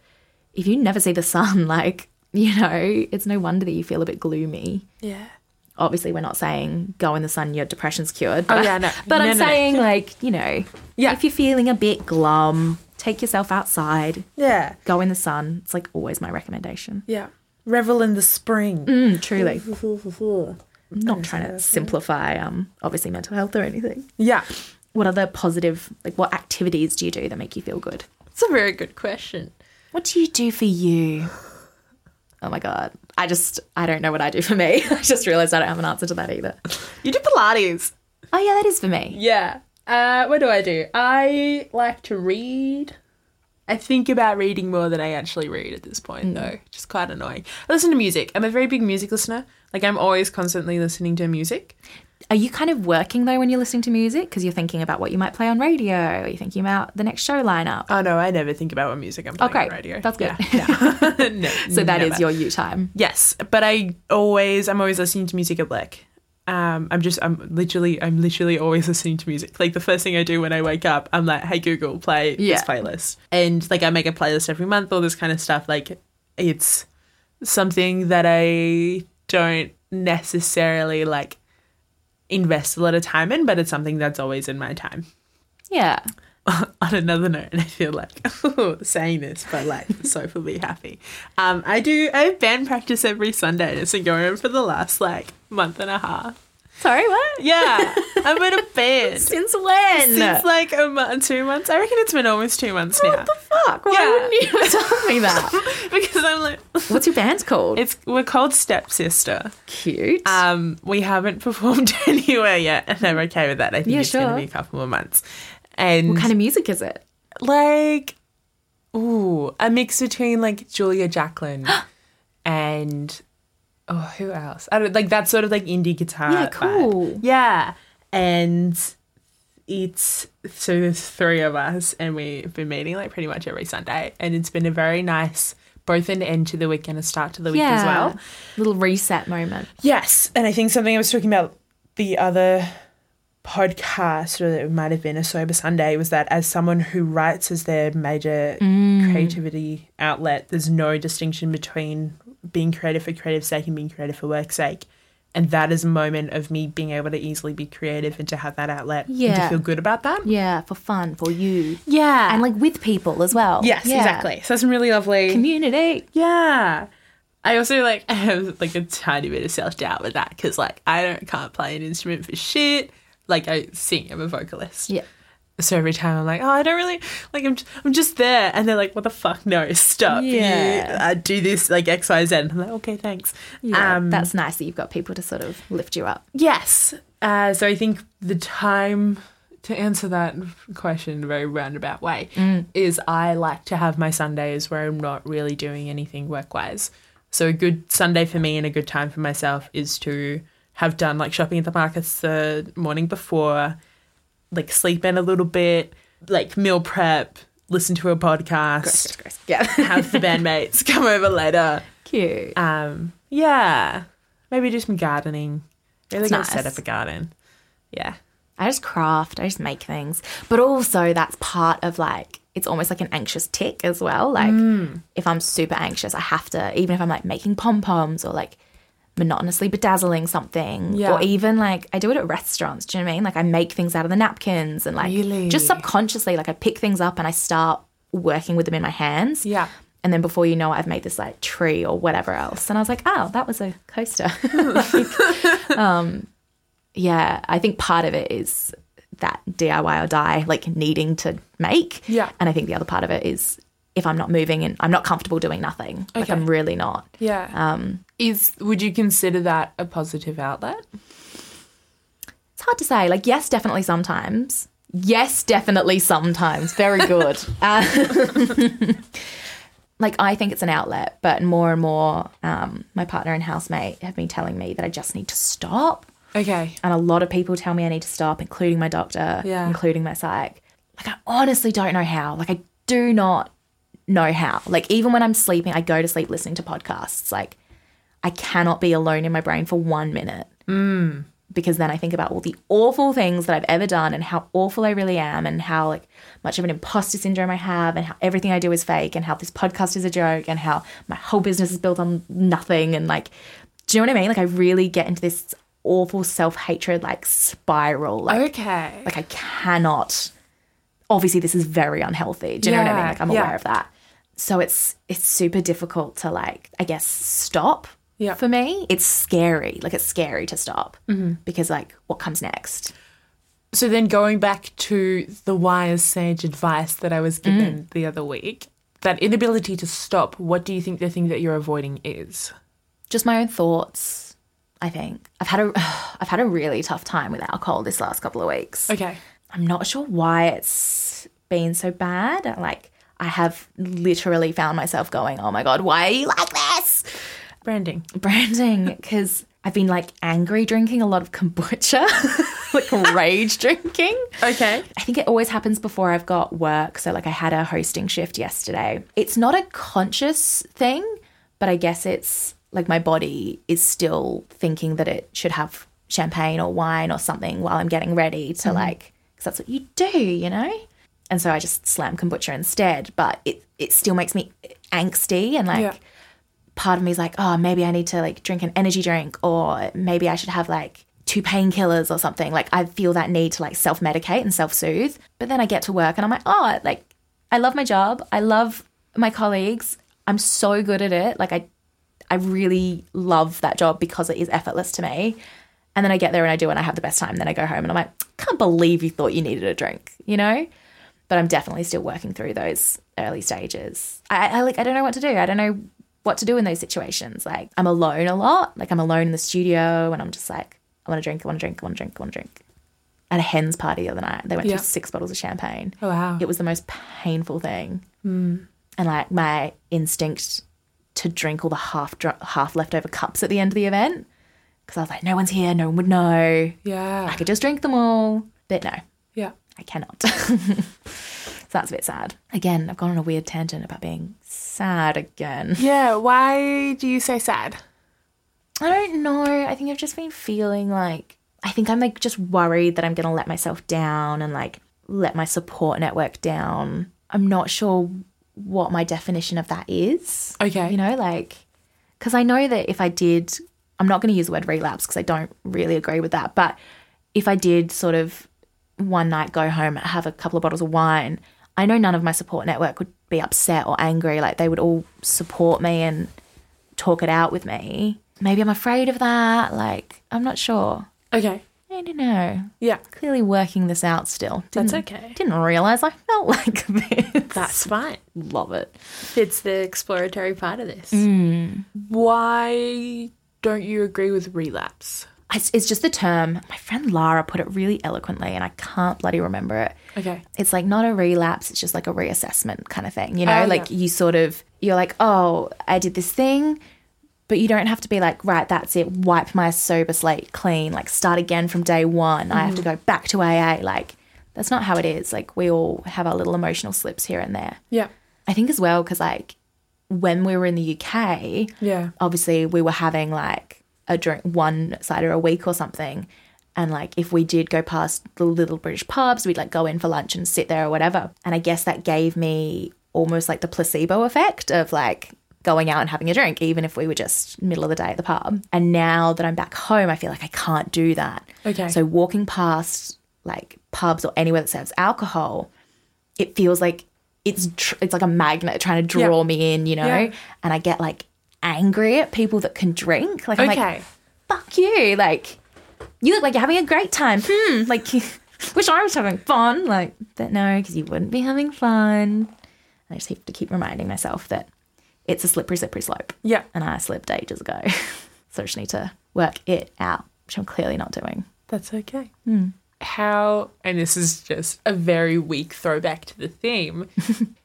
Speaker 1: if you never see the sun, like, you know, it's no wonder that you feel a bit gloomy.
Speaker 2: Yeah.
Speaker 1: Obviously, we're not saying go in the sun, your depression's cured.
Speaker 2: Oh,
Speaker 1: But,
Speaker 2: yeah, no.
Speaker 1: but
Speaker 2: No,
Speaker 1: I'm
Speaker 2: no, no.
Speaker 1: saying, like, you know,
Speaker 2: Yeah.
Speaker 1: if you're feeling a bit glum, take yourself outside,
Speaker 2: Yeah.
Speaker 1: go in the sun. It's like always my recommendation.
Speaker 2: Yeah. Revel in the spring.
Speaker 1: Mm, truly. I'm not trying to simplify, um, obviously, mental health or anything.
Speaker 2: Yeah.
Speaker 1: What other positive, like, what activities do you do that make you feel good?
Speaker 2: It's a very good question.
Speaker 1: What do you do for you? Oh my god. I just I don't know what I do for me. I just realized I don't have an answer to that either.
Speaker 2: You do Pilates.
Speaker 1: Oh yeah, that is for me.
Speaker 2: Yeah. Uh, what do I do? I like to read. I think about reading more than I actually read at this point, though, which is quite annoying. I listen to music. I'm a very big music listener. Like, I'm always constantly listening to music.
Speaker 1: Are you kind of working though when you're listening to music because you're thinking about what you might play on radio, or you're thinking about the next show lineup?
Speaker 2: Oh, no, I never think about what music I'm playing
Speaker 1: great.
Speaker 2: on radio.
Speaker 1: That's good.
Speaker 2: Yeah. No. No,
Speaker 1: So that is
Speaker 2: never.
Speaker 1: your you time.
Speaker 2: Yes, but I always I'm always listening to music at work. Um, I'm just I'm literally I'm literally always listening to music. Like the first thing I do when I wake up, I'm like, "Hey Google, play
Speaker 1: Yeah.
Speaker 2: this playlist." And like I make a playlist every month, all this kind of stuff. Like it's something that I don't necessarily like invest a lot of time in, but it's something that's always in my time.
Speaker 1: Yeah.
Speaker 2: on another note, and I feel like oh, saying this, but like so for me happy. Um, I do I have band practice every Sunday. and It's been going on for the last like month and a half.
Speaker 1: Sorry, what?
Speaker 2: Yeah, I'm in a band
Speaker 1: Since when?
Speaker 2: since like a month, two months. I reckon it's been almost two months now
Speaker 1: what the fuck? Why
Speaker 2: Yeah.
Speaker 1: wouldn't you have told me that?
Speaker 2: because I'm like
Speaker 1: What's your band's called?
Speaker 2: it's we're called Stepsister.
Speaker 1: cute.
Speaker 2: Um, we haven't performed anywhere yet, and they're okay with that. I think
Speaker 1: Yeah,
Speaker 2: it's going
Speaker 1: sure.
Speaker 2: to be a couple more months. And
Speaker 1: what kind of music is it?
Speaker 2: like ooh, a mix between like Julia Jacqueline and oh, who else? I don't like that sort of like indie guitar.
Speaker 1: Yeah,
Speaker 2: vibe.
Speaker 1: cool.
Speaker 2: Yeah, and it's so there's three of us, and we've been meeting like pretty much every Sunday, and it's been a very nice both an end to the week and a start to the week as well.
Speaker 1: Little reset moment.
Speaker 2: Yes, and I think something I was talking about the other podcast, or it might have been a sober Sunday, was that as someone who writes as their major
Speaker 1: Mm.
Speaker 2: creativity outlet, there's no distinction between being creative for creative's sake and being creative for work's sake. And that is a moment of me being able to easily be creative and to have that outlet and
Speaker 1: Yeah.
Speaker 2: to feel good about that.
Speaker 1: Yeah, for fun, for you.
Speaker 2: Yeah.
Speaker 1: And like with people as well.
Speaker 2: yes,
Speaker 1: Yeah.
Speaker 2: exactly. So that's been really lovely.
Speaker 1: Community.
Speaker 2: Yeah. I also like I have like a tiny bit of self doubt with that because like I don't can't play an instrument for shit. Like I sing, I'm a vocalist.
Speaker 1: Yeah.
Speaker 2: So every time I'm like, oh, I don't really like. I'm just, I'm just there, and they're like, what the fuck? No, stop.
Speaker 1: Yeah.
Speaker 2: You, uh, do this like X, Y, Z. I'm like, okay, thanks.
Speaker 1: Um, Yeah, that's nice that you've got people to sort of lift you up.
Speaker 2: Yes, Uh, so I think the time to answer that question in a very roundabout way
Speaker 1: mm.
Speaker 2: is I like to have my Sundays where I'm not really doing anything work wise. So a good Sunday for me and a good time for myself is to have done like shopping at the markets the morning before, like sleep in a little bit, like meal prep, listen to a podcast,
Speaker 1: Yeah.
Speaker 2: have the bandmates come over later.
Speaker 1: Cute.
Speaker 2: Um, yeah, maybe do some gardening. Really
Speaker 1: That's
Speaker 2: go
Speaker 1: nice.
Speaker 2: set up a garden. Yeah.
Speaker 1: I just craft, I just make things. But also, that's part of like, it's almost like an anxious tick as well. Like,
Speaker 2: Mm.
Speaker 1: if I'm super anxious, I have to, even if I'm like making pom poms or like monotonously bedazzling something,
Speaker 2: Yeah.
Speaker 1: or even like I do it at restaurants. Do you know what I mean? Like, I make things out of the napkins and like
Speaker 2: Really?
Speaker 1: just subconsciously, like, I pick things up and I start working with them in my hands.
Speaker 2: Yeah.
Speaker 1: And then before you know it, I've made this like tree or whatever else. And I was like, oh, that was a coaster. Like, um, yeah, I think part of it is that DIY or die, like needing to make.
Speaker 2: Yeah.
Speaker 1: And I think the other part of it is if I'm not moving and I'm not comfortable doing nothing, like
Speaker 2: Okay.
Speaker 1: I'm really not.
Speaker 2: Yeah.
Speaker 1: Um,
Speaker 2: Is would you consider that a positive outlet?
Speaker 1: it's hard to say. Like, yes, definitely sometimes. Yes, definitely sometimes. Very good. Uh, like, I think it's an outlet, but more and more, um, my partner and housemate have been telling me that I just need to stop.
Speaker 2: Okay.
Speaker 1: And a lot of people tell me I need to stop, including my doctor,
Speaker 2: Yeah.
Speaker 1: including my psych. Like, I honestly don't know how. Like, I do not know how. Like, even when I'm sleeping, I go to sleep listening to podcasts. Like, I cannot be alone in my brain for one minute. Because then I think about all the awful things that I've ever done and how awful I really am and how like much of an imposter syndrome I have and how everything I do is fake and how this podcast is a joke and how my whole business is built on nothing and like do you know what I mean? Like I really get into this awful self-hatred like spiral. Like
Speaker 2: Okay.
Speaker 1: like I cannot obviously this is very unhealthy. Do you know what I mean?
Speaker 2: Yeah,
Speaker 1: Like I'm
Speaker 2: yeah.
Speaker 1: aware of that. So it's it's super difficult to like I guess stop.
Speaker 2: Yeah.
Speaker 1: For me, it's scary. Like it's scary to stop
Speaker 2: Mm-hmm.
Speaker 1: because like what comes next?
Speaker 2: So then going back to the wise sage advice that I was given the other week, that inability to stop, what do you think the thing that you're avoiding is?
Speaker 1: Just my own thoughts. I think I've had a I've had a really tough time with alcohol this last couple of weeks.
Speaker 2: Okay.
Speaker 1: I'm not sure why it's been so bad. Like I have literally found myself going, "Oh my god, why are you like this?"
Speaker 2: Branding.
Speaker 1: branding because I've been like angry drinking a lot of kombucha, like rage drinking.
Speaker 2: Okay.
Speaker 1: I think it always happens before I've got work. So, like, I had a hosting shift yesterday. It's not a conscious thing, but I guess it's like my body is still thinking that it should have champagne or wine or something while I'm getting ready to, like, because that's what you do, you know? And so I just slam kombucha instead, but it, it still makes me angsty and like
Speaker 2: Yeah.
Speaker 1: part of me is like, oh, maybe I need to like drink an energy drink or maybe I should have like two painkillers or something. Like I feel that need to like self medicate and self soothe. But then I get to work and I'm like, oh, like I love my job. I love my colleagues. I'm so good at it. Like I I really love that job because it is effortless to me. And then I get there and I do and I have the best time. Then I go home and I'm like, can't believe you thought you needed a drink, you know? But I'm definitely still working through those early stages. I, I like I don't know what to do. I don't know what to do in those situations. Like I'm alone a lot. Like I'm alone in the studio and I'm just like, I want to drink, I want to drink, I want to drink, I want to drink. At a hen's party the other night, they went
Speaker 2: Yeah.
Speaker 1: through six bottles of champagne.
Speaker 2: Oh, wow.
Speaker 1: It was the most painful thing. And like my instinct to drink all the half dr- half leftover cups at the end of the event because I was like, no one's here, no one would know. I
Speaker 2: Yeah.
Speaker 1: could just drink them all, but no,
Speaker 2: Yeah.
Speaker 1: I cannot. so that's a bit sad. Again, I've gone on a weird tangent about being sad again.
Speaker 2: Yeah. Why do you say sad?
Speaker 1: I don't know. I think I've just been feeling like I think I'm like just worried that I'm going to let myself down and like let my support network down. I'm not sure what my definition of that is.
Speaker 2: Okay.
Speaker 1: You know, like cuz I know that if I did I'm not going to use the word relapse cuz I don't really agree with that, but if I did sort of one night go home have a couple of bottles of wine, I know none of my support network would be upset or angry. Like they would all support me and talk it out with me. Maybe I'm afraid of that. Like, I'm not sure.
Speaker 2: Okay.
Speaker 1: I don't know.
Speaker 2: Yeah.
Speaker 1: Clearly working this out still. Didn't,
Speaker 2: That's okay.
Speaker 1: Didn't realize I felt like this.
Speaker 2: That's fine.
Speaker 1: Love it.
Speaker 3: It's the
Speaker 2: Mm.
Speaker 3: exploratory part of this.
Speaker 2: Why don't you agree with relapse?
Speaker 1: it's, it's just the term. My friend Lara put it really eloquently, and I can't bloody remember it.
Speaker 2: Okay.
Speaker 1: It's like not a relapse, it's just like a reassessment kind of thing, you know?
Speaker 2: Oh,
Speaker 1: like you sort of, you're like, oh, I did this thing, but you don't have to be like, right, that's it, wipe my sober slate clean, like start again from day one. I have to go back to AA. Like, that's not how it is. Like, we all have our little emotional slips here and there.
Speaker 2: Yeah.
Speaker 1: I think as well, because like when we were in the UK,
Speaker 2: Yeah.
Speaker 1: obviously we were having like a drink one cider a week or something and like if we did go past the little british pubs we'd like go in for lunch and sit there or whatever and i guess that gave me almost like the placebo effect of like going out and having a drink even if we were just middle of the day at the pub and now that i'm back home i feel like i can't do that
Speaker 2: Okay.
Speaker 1: so walking past like pubs or anywhere that serves alcohol it feels like it's tr- it's like a magnet trying to draw me in, you know.
Speaker 2: Yeah.
Speaker 1: And I get like angry at people that can drink. Like I'm
Speaker 2: okay.
Speaker 1: like, fuck you! Like you look like you're having a great time. Hmm. Like wish I was having fun. Like but no, because you wouldn't be having fun. I just have to keep reminding myself that it's a slippery, slippery slope,
Speaker 2: yeah.
Speaker 1: and I slipped ages ago, so I just need to work it out, which I'm clearly not doing.
Speaker 2: That's okay.
Speaker 1: Hmm.
Speaker 2: How, and this is just a very weak throwback to the theme,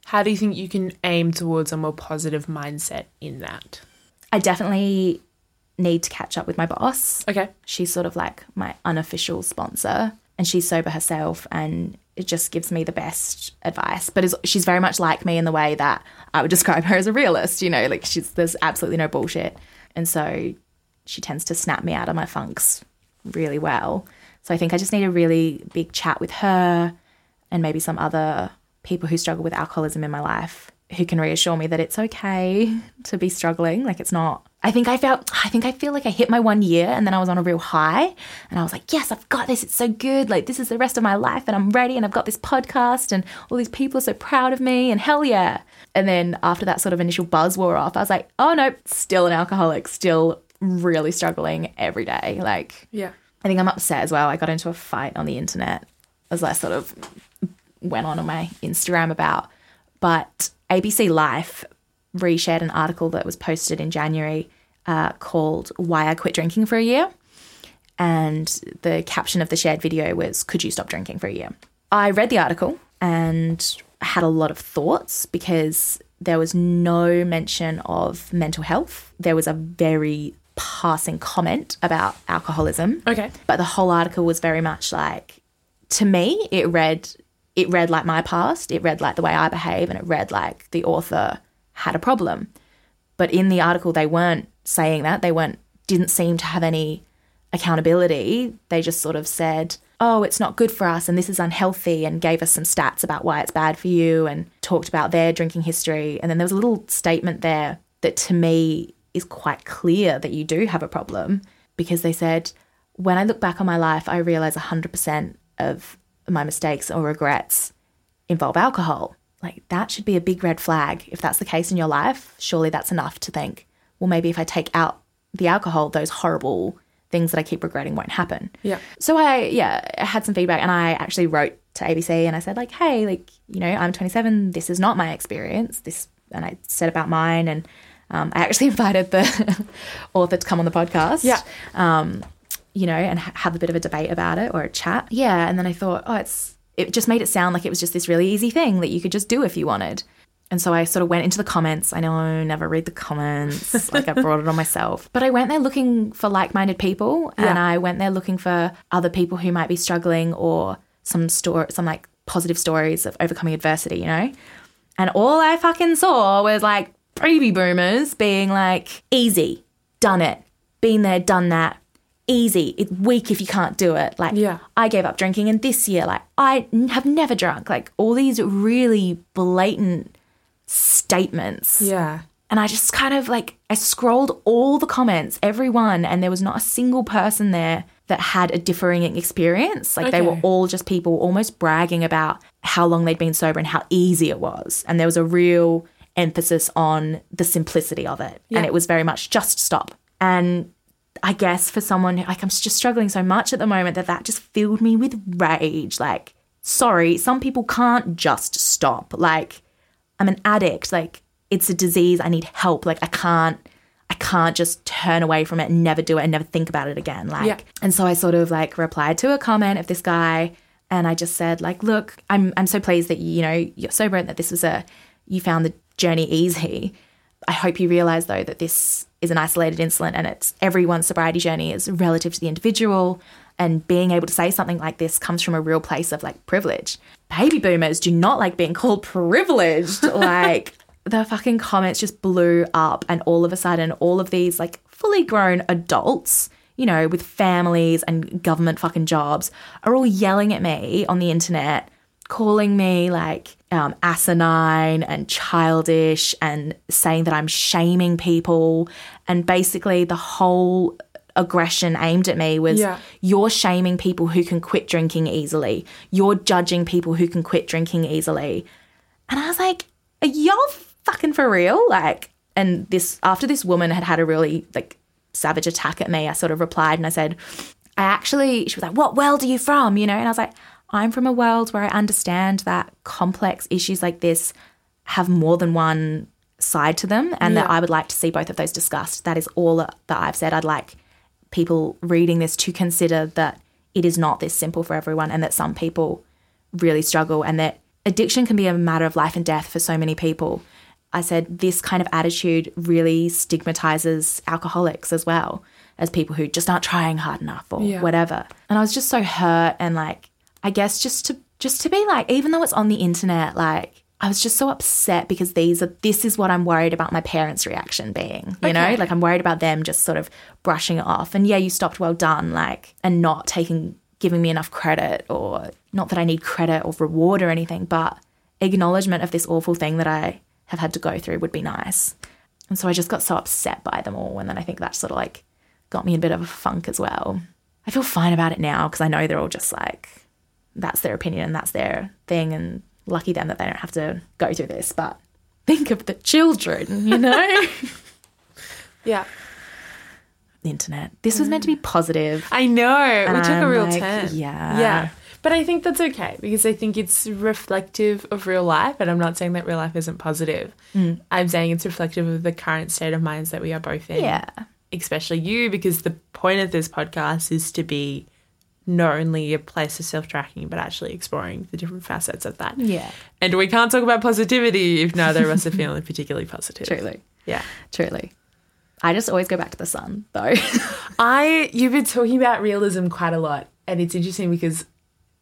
Speaker 2: how do you think you can aim towards a more positive mindset in that?
Speaker 1: I definitely need to catch up with my boss.
Speaker 2: Okay.
Speaker 1: She's sort of like my unofficial sponsor, and she's sober herself, and it just gives me the best advice. But is, she's very much like me in the way that I would describe her as a realist. You know, like she's there's absolutely no bullshit, and so she tends to snap me out of my funks really well. So I think I just need a really big chat with her, and maybe some other people who struggle with alcoholism in my life who can reassure me that it's okay to be struggling like it's not i think i felt i think i feel like i hit my one year and then i was on a real high and i was like yes i've got this it's so good like this is the rest of my life and i'm ready and i've got this podcast and all these people are so proud of me and hell yeah and then after that sort of initial buzz wore off i was like oh no still an alcoholic still really struggling every day like
Speaker 2: Yeah.
Speaker 1: I think I'm upset as well. I got into a fight on the internet as I sort of went on on my Instagram about. But ABC Life reshared an article that was posted in January uh, called Why I Quit Drinking for a Year. And the caption of the shared video was Could You Stop Drinking for a Year? I read the article and had a lot of thoughts because there was no mention of mental health. There was a very passing comment about alcoholism
Speaker 2: Okay.
Speaker 1: but the whole article was very much like to me it read it read like my past it read like the way i behave and it read like the author had a problem but in the article they weren't saying that they weren't didn't seem to have any accountability they just sort of said oh it's not good for us and this is unhealthy and gave us some stats about why it's bad for you and talked about their drinking history and then there was a little statement there that to me is quite clear that you do have a problem because they said when i look back on my life i realize 100% of my mistakes or regrets involve alcohol. Like that should be a big red flag. If that's the case in your life, surely that's enough to think, well, maybe if I take out the alcohol, those horrible things that I keep regretting won't happen.
Speaker 2: Yeah.
Speaker 1: So I, yeah, I had some feedback and I actually wrote to ABC and I said, like, hey, like, you know, I'm 27. This is not my experience. This, and I said about mine. And um, I actually invited the author to come on the podcast Um,
Speaker 2: Yeah.
Speaker 1: you know, and ha- have a bit of a debate about it or a chat. Yeah. And then I thought, oh, it's, it just made it sound like it was just this really easy thing that you could just do if you wanted. And so I sort of went into the comments. I know I never read the comments, like I brought it on myself. But I went there looking for like minded people and
Speaker 2: Yeah.
Speaker 1: I went there looking for other people who might be struggling or some store, some like positive stories of overcoming adversity, you know? And all I fucking saw was like baby boomers being like, easy, done it, been there, done that, easy, it's weak if you can't do it. Like,
Speaker 2: Yeah.
Speaker 1: I gave up drinking, and this year, like, I n- have never drunk. Like, all these really blatant statements.
Speaker 2: Yeah.
Speaker 1: And I just kind of like, I scrolled all the comments, everyone, and there was not a single person there that had a differing experience. Like they were
Speaker 2: Okay.
Speaker 1: all just people almost bragging about how long they'd been sober and how easy it was. And there was a real emphasis on the simplicity of it. And it was very much just stop. And I guess for someone who- like I'm just struggling so much at the moment that that just filled me with rage. Like, sorry, some people can't just stop. Like, I'm an addict. Like, it's a disease. I need help. Like, I can't, I can't just turn away from it and never do it and never think about it again. Like,
Speaker 2: Yeah.
Speaker 1: and so I sort of like replied to a comment of this guy, and I just said like, look, I'm I'm so pleased that you know you're sober and that this was a you found the journey easy. I hope you realize though that this is an isolated incident and it's everyone's sobriety journey is relative to the individual. And being able to say something like this comes from a real place of like privilege. Baby boomers do not like being called privileged. Like the fucking comments just blew up and all of a sudden all of these like fully grown adults you know with families and government fucking jobs are all yelling at me on the internet calling me like um, asinine and childish and saying that i'm shaming people and basically the whole aggression aimed at me was
Speaker 2: Yeah.
Speaker 1: you're shaming people who can quit drinking easily you're judging people who can quit drinking easily and I was like, are y'all fucking for real? Like, and this, after this woman had had a really like savage attack at me, I sort of replied and I said, I actually, she was like, what world are you from? You know? And I was like, I'm from a world where I understand that complex issues like this have more than one side to them and that
Speaker 2: Yeah.
Speaker 1: I would like to see both of those discussed. That is all that I've said. I'd like people reading this to consider that it is not this simple for everyone and that some people really struggle and that addiction can be a matter of life and death for so many people. I said this kind of attitude really stigmatizes alcoholics as well as people who just aren't trying hard enough or
Speaker 2: Yeah.
Speaker 1: whatever. And I was just so hurt and like I guess just to just to be like even though it's on the internet like I was just so upset because these are this is what I'm worried about my parents' reaction being, you know?
Speaker 2: Okay.
Speaker 1: Like I'm worried about them just sort of brushing it off. And yeah, you stopped well done, like, and not taking, giving me enough credit or not that I need credit or reward or anything, but acknowledgement of this awful thing that I have had to go through would be nice. And so I just got so upset by them all. And then I think that sort of like got me in a bit of a funk as well. I feel fine about it now because I know they're all just like, that's their opinion and that's their thing. And lucky them that they don't have to go through this. But think of the children, you know?
Speaker 2: Yeah.
Speaker 1: the internet. This was meant to be positive.
Speaker 2: I know. We took a
Speaker 1: I'm
Speaker 2: real
Speaker 1: like,
Speaker 2: turn.
Speaker 1: yeah.
Speaker 2: Yeah. But I think that's okay because I think it's reflective of real life. And I'm not saying that real life isn't positive.
Speaker 1: Hmm.
Speaker 2: I'm saying it's reflective of the current state of minds that we are both in.
Speaker 1: Yeah.
Speaker 2: Especially you, because the point of this podcast is to be not only a place of self tracking, but actually exploring the different facets of that.
Speaker 1: Yeah.
Speaker 2: And we can't talk about positivity if neither of us are feeling particularly positive.
Speaker 1: Truly.
Speaker 2: Yeah.
Speaker 1: Truly. I just always go back to the sun, though.
Speaker 2: I you've been talking about realism quite a lot, and it's interesting because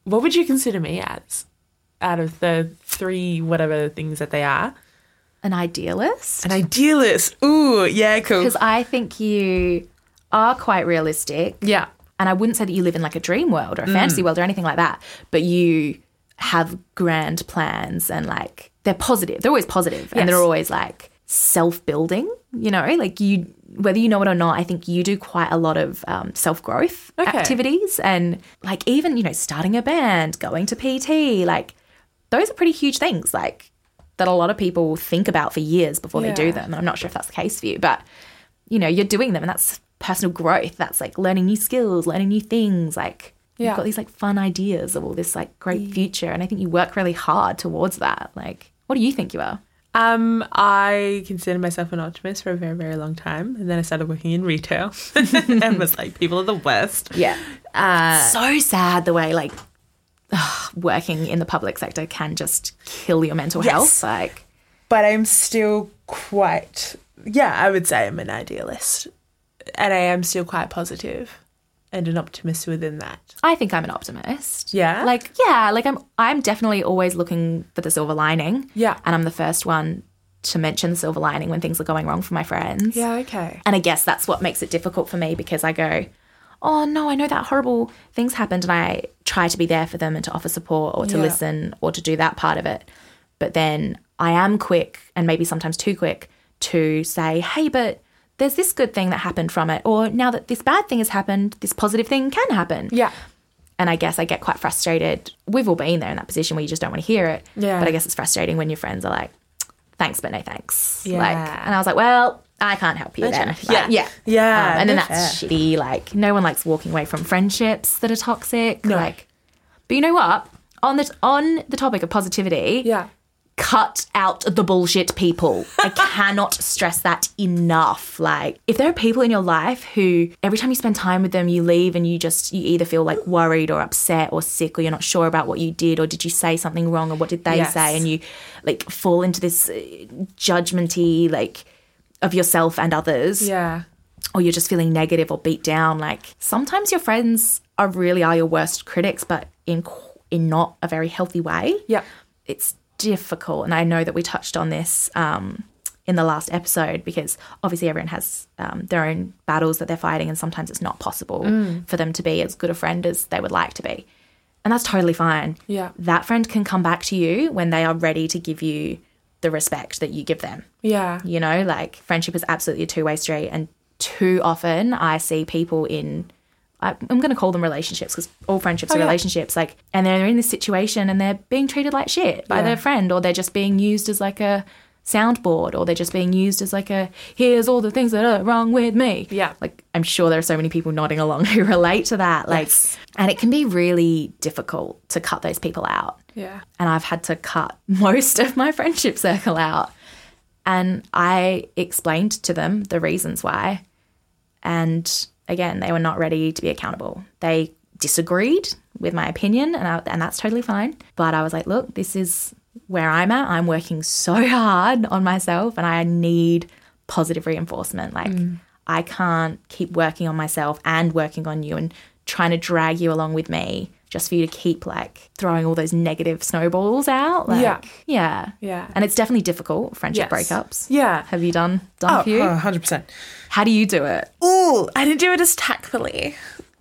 Speaker 2: what would you consider me as out of the three whatever things that they are?
Speaker 1: An idealist.
Speaker 2: An idealist. Ooh, yeah, cool.
Speaker 1: Because I think you are quite realistic.
Speaker 2: Yeah,
Speaker 1: And I wouldn't say that you live in like a dream world or a
Speaker 2: Mm.
Speaker 1: fantasy world or anything like that, but you have grand plans and like they're positive. They're always positive and they're
Speaker 2: Yes.
Speaker 1: always like self building, you know, like you, whether you know it or not, I think you do quite a lot of um, self growth
Speaker 2: Okay.
Speaker 1: activities and like even, you know, starting a band, going to PT, like those are pretty huge things like that a lot of people think about for years before they do
Speaker 2: Yeah.
Speaker 1: them and i'm not sure if that's the case for you but you know you're doing them and that's personal growth that's like learning new skills learning new things like
Speaker 2: Yeah.
Speaker 1: you've got these like fun ideas of all this like great future and i think you work really hard towards that like what do you think you are
Speaker 2: Um, I considered myself an optimist for a very, very long time, and then I started working in retail, and was like, people are the worst.
Speaker 1: yeah
Speaker 2: Uh,
Speaker 1: so sad the way like ugh, working in the public sector can just kill your mental health like
Speaker 2: but I'm still quite, yeah, I would say I'm an idealist, and I am still quite positive and an optimist within that.
Speaker 1: i think i'm an optimist
Speaker 2: Yeah.
Speaker 1: like yeah like i'm i'm definitely always looking for the silver lining
Speaker 2: Yeah.
Speaker 1: and i'm the first one to mention the silver lining when things are going wrong for my friends
Speaker 2: Yeah, okay.
Speaker 1: and i guess that's what makes it difficult for me because i go oh no i know that horrible things happened and i try to be there for them and to offer support or to
Speaker 2: Yeah.
Speaker 1: listen or to do that part of it but then i am quick and maybe sometimes too quick to say hey but there's this good thing that happened from it or now that this bad thing has happened this positive thing can happen
Speaker 2: Yeah.
Speaker 1: and I guess I get quite frustrated. We've all been there in that position where you just don't want to hear it.
Speaker 2: Yeah.
Speaker 1: But I guess it's frustrating when your friends are like, "Thanks, but no thanks." Like,
Speaker 2: Yeah.
Speaker 1: and I was like, "Well, I can't help you then." Like,
Speaker 2: Yeah.
Speaker 1: yeah,
Speaker 2: Yeah,
Speaker 1: Um, and then
Speaker 2: no
Speaker 1: that's shitty. Like, no one likes walking away from friendships that are toxic. Like, but you know what? On the on the topic of positivity,
Speaker 2: Yeah.
Speaker 1: cut out the bullshit people. I cannot stress that enough. Like, if there are people in your life who every time you spend time with them, you leave and you just, you either feel like worried or upset or sick or you're not sure about what you did or did you say something wrong or what did they
Speaker 2: Yes.
Speaker 1: say? And you like fall into this uh, judgmenty, like, of yourself and others
Speaker 2: Yeah.
Speaker 1: or you're just feeling negative or beat down like sometimes your friends are really are your worst critics but in qu- in not a very healthy way
Speaker 2: Yep.
Speaker 1: it's difficult and i know that we touched on this um in the last episode because obviously everyone has um, their own battles that they're fighting and sometimes it's not possible for them to be as good a friend as they would like to be and that's totally fine
Speaker 2: Yeah.
Speaker 1: that friend can come back to you when they are ready to give you the respect that you give them
Speaker 2: Yeah.
Speaker 1: you know, like friendship is absolutely a two way street. And too often I see people in, I, I'm going to call them relationships because all friendships are
Speaker 2: Oh, yeah.
Speaker 1: relationships. Like, and they're in this situation and they're being treated like shit by
Speaker 2: Yeah.
Speaker 1: their friend, or they're just being used as like a soundboard, or they're just being used as like a here's all the things that are wrong with me.
Speaker 2: Yeah.
Speaker 1: Like, I'm sure there are so many people nodding along who relate to that. Like,
Speaker 2: Yes.
Speaker 1: and it can be really difficult to cut those people out
Speaker 2: Yeah.
Speaker 1: and I've had to cut most of my friendship circle out. And I explained to them the reasons why. And again, they were not ready to be accountable. They disagreed with my opinion, and, I, and that's totally fine. But I was like, look, this is where I'm at. I'm working so hard on myself, and I need positive reinforcement. Like,
Speaker 2: Mm.
Speaker 1: I can't keep working on myself and working on you and trying to drag you along with me just for you to keep like throwing all those negative snowballs out. Like,
Speaker 2: Yeah.
Speaker 1: Yeah.
Speaker 2: Yeah.
Speaker 1: And it's definitely difficult, friendship
Speaker 2: Yes.
Speaker 1: breakups.
Speaker 2: Yeah.
Speaker 1: Have you done done a
Speaker 2: Oh,
Speaker 1: few?
Speaker 2: 100%.
Speaker 1: How do you do it?
Speaker 2: Ooh, I didn't do it as tactfully,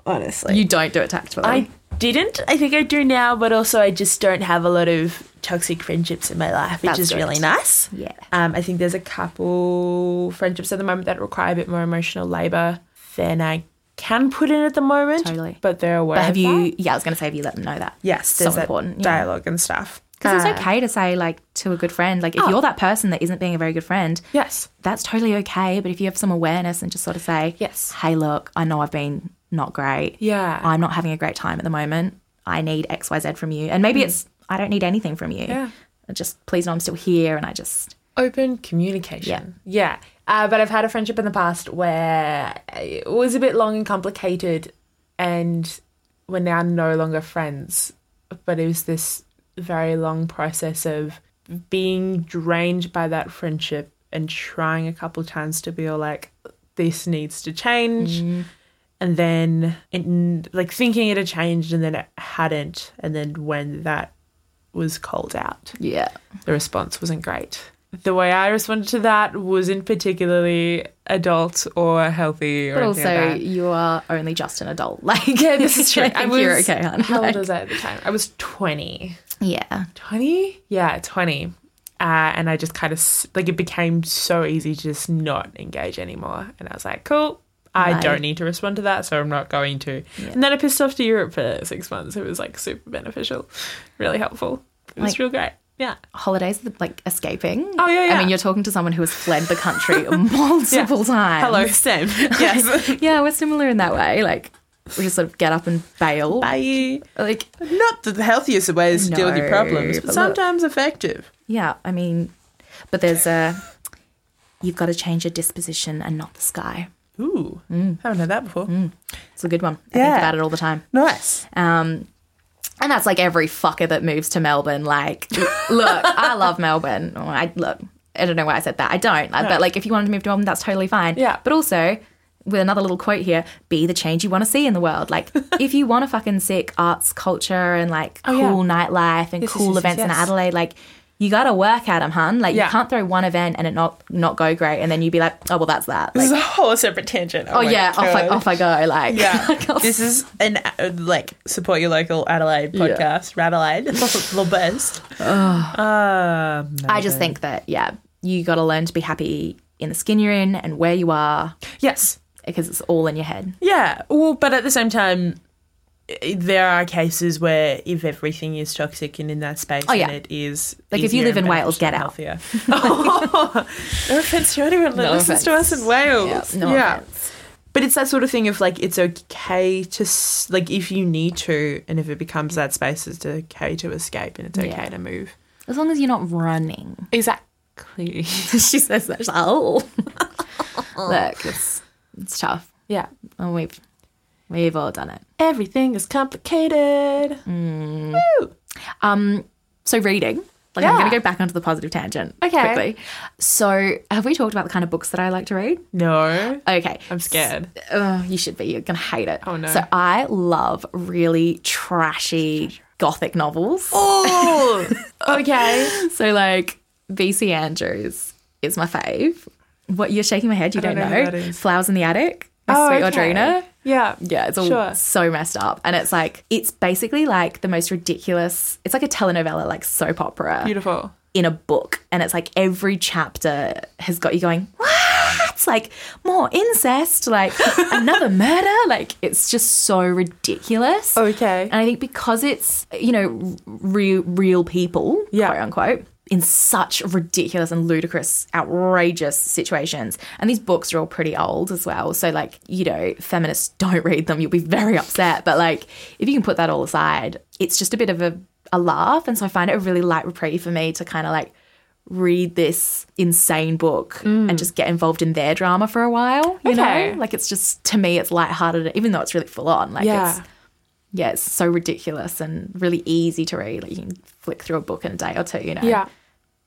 Speaker 2: honestly.
Speaker 1: You don't do it tactfully.
Speaker 2: I didn't. I think I do now, but also I just don't have a lot of toxic friendships in my life, which
Speaker 1: That's
Speaker 2: is
Speaker 1: good.
Speaker 2: really nice.
Speaker 1: Yeah.
Speaker 2: Um, I think there's a couple friendships at the moment that require a bit more emotional labour than I can put in at the moment.
Speaker 1: Totally.
Speaker 2: But they're aware.
Speaker 1: but have
Speaker 2: of that.
Speaker 1: you? Yeah, I was going to say, have you let them know that?
Speaker 2: Yes,
Speaker 1: so
Speaker 2: there's that
Speaker 1: important. yeah.
Speaker 2: dialogue and stuff.
Speaker 1: Because
Speaker 2: Uh,
Speaker 1: it's okay to say like to a good friend, like if you're that person that isn't being a very good friend,
Speaker 2: Yes.
Speaker 1: that's totally okay. But if you have some awareness and just sort of say,
Speaker 2: Yes.
Speaker 1: hey, look, I know I've been not great.
Speaker 2: Yeah.
Speaker 1: I'm not having a great time at the moment. I need X, Y, Z from you, and maybe it's I don't need anything from you.
Speaker 2: Yeah.
Speaker 1: I Just please know I'm still here, and I just
Speaker 2: Open communication. Yeah. Uh, but I've had a friendship in the past where it was a bit long and complicated, and we're now no longer friends. But it was this very long process of being drained by that friendship and trying a couple times to be all like, this needs to change. And then, it, like, thinking it had changed and then it hadn't. And then when that was called out
Speaker 1: yeah.
Speaker 2: the response wasn't great. The way I responded to that wasn't particularly adult or healthy or
Speaker 1: But
Speaker 2: anything
Speaker 1: also,
Speaker 2: like that.
Speaker 1: you are only just an adult. Like,
Speaker 2: Yeah, this is true.
Speaker 1: I think you're okay, hon.
Speaker 2: How
Speaker 1: Like,
Speaker 2: old was I at the time? I was 20.
Speaker 1: yeah,
Speaker 2: 20? Yeah, 20. Uh, and I just kind of, s- like, it became so easy to just not engage anymore. And I was like, cool, I
Speaker 1: Right.
Speaker 2: don't need to respond to that, so I'm not going to. And then I pissed off to Europe for six months. It was, like, super beneficial, really helpful. It was
Speaker 1: Like-
Speaker 2: real great. Yeah.
Speaker 1: holidays are, like escaping.
Speaker 2: Oh, yeah, yeah.
Speaker 1: I mean, you're talking to someone who has fled the country multiple times.
Speaker 2: Hello, Sam. yes.
Speaker 1: Yeah, we're similar in that way. Like, we just sort of get up and bail.
Speaker 2: Bye.
Speaker 1: Like,
Speaker 2: Not the healthiest of ways to deal with your
Speaker 1: No,
Speaker 2: problems, but,
Speaker 1: but look.
Speaker 2: sometimes effective.
Speaker 1: yeah, I mean, but there's a you've got to change your disposition and not the sky.
Speaker 2: Ooh, haven't heard that before.
Speaker 1: It's a good one. I
Speaker 2: Yeah.
Speaker 1: think about it all the time.
Speaker 2: Mm. Nice.
Speaker 1: Um, and that's like every fucker that moves to Melbourne. Like, look, I love Melbourne. Oh, I look. I don't know why I said that. I don't. But like, if you wanted to move to Melbourne, that's totally fine.
Speaker 2: Yeah.
Speaker 1: But also, with another little quote here, be the change you want to see in the world. Like, if you want a fucking sick arts culture and like
Speaker 2: Oh, yeah.
Speaker 1: cool nightlife and
Speaker 2: Yes, yes,
Speaker 1: cool
Speaker 2: yes, yes,
Speaker 1: events
Speaker 2: yes.
Speaker 1: in Adelaide, like. You gotta work at them, hun. Like
Speaker 2: Yeah.
Speaker 1: you can't throw one event and it not not go great, and then you be like, oh well, that's that. Like,
Speaker 2: This is a whole separate tangent.
Speaker 1: oh yeah, off I, off I go. Like, like, I'll
Speaker 2: this is an uh, like support your local Adelaide
Speaker 1: Yeah.
Speaker 2: podcast, Radelaide, the best. Um,
Speaker 1: I just think that yeah, you got to learn to be happy in the skin you're in and where you are
Speaker 2: yes,
Speaker 1: because it's all in your head.
Speaker 2: Yeah. Well, but at the same time, i- there are cases where if everything is toxic and in that space,
Speaker 1: Oh, yeah.
Speaker 2: and it is
Speaker 1: Like, if you
Speaker 2: easier
Speaker 1: live
Speaker 2: and
Speaker 1: in Wales, get out.
Speaker 2: beneficial and healthier. Oh, no offense to anyone that
Speaker 1: No
Speaker 2: listens to us
Speaker 1: offense.
Speaker 2: in Wales.
Speaker 1: no
Speaker 2: yeah.
Speaker 1: offense.
Speaker 2: But it's that sort of thing of like it's okay to s- like if you need to, and if it becomes that space, it's okay to escape and it's okay
Speaker 1: Yeah.
Speaker 2: to move.
Speaker 1: As long as you're not running.
Speaker 2: Exactly.
Speaker 1: she says that. She's like, oh. Look, it's, it's tough.
Speaker 2: Yeah.
Speaker 1: And we've, we've all done it.
Speaker 2: Everything is complicated. Woo.
Speaker 1: Um, so reading. Like I'm
Speaker 2: Yeah.
Speaker 1: going to go back onto the positive tangent
Speaker 2: Okay.
Speaker 1: quickly. So have we talked about the kind of books that I like to read?
Speaker 2: No.
Speaker 1: Okay.
Speaker 2: I'm scared.
Speaker 1: Oh, you should be. You're going to hate it.
Speaker 2: Oh, no.
Speaker 1: So I love really trashy gothic novels.
Speaker 2: Oh. okay.
Speaker 1: So like VC Andrews is my fave. What you're shaking my head, you
Speaker 2: don't
Speaker 1: don't,
Speaker 2: know who
Speaker 1: know.
Speaker 2: that is.
Speaker 1: Flowers in the Attic, by
Speaker 2: Oh,
Speaker 1: Sweet
Speaker 2: okay.
Speaker 1: Audrina.
Speaker 2: Yeah.
Speaker 1: Yeah, it's all
Speaker 2: Sure.
Speaker 1: so messed up. And it's like it's basically like the most ridiculous it's like a telenovela, like soap opera
Speaker 2: Beautiful.
Speaker 1: in a book. And it's like every chapter has got you going, What? Like more incest, like another murder. Like it's just so ridiculous.
Speaker 2: Okay.
Speaker 1: And I think because it's, you know, real, real people,
Speaker 2: Yeah.
Speaker 1: quote unquote, in such ridiculous and ludicrous, outrageous situations. And these books are all pretty old as well. So, like, you know, feminists don't read them. You'll be very upset. But, like, if you can put that all aside, it's just a bit of a, a laugh. And so I find it a really light reprieve for me to kind of like read this insane book and just get involved in their drama for a while. You
Speaker 2: Mm. Okay.
Speaker 1: know? Like, it's just, to me, it's lighthearted, even though it's really full on. Like, it's
Speaker 2: Yeah.
Speaker 1: yeah, it's so ridiculous and really easy to read. Like you can flick through a book in a day or two, you know.
Speaker 2: Yeah.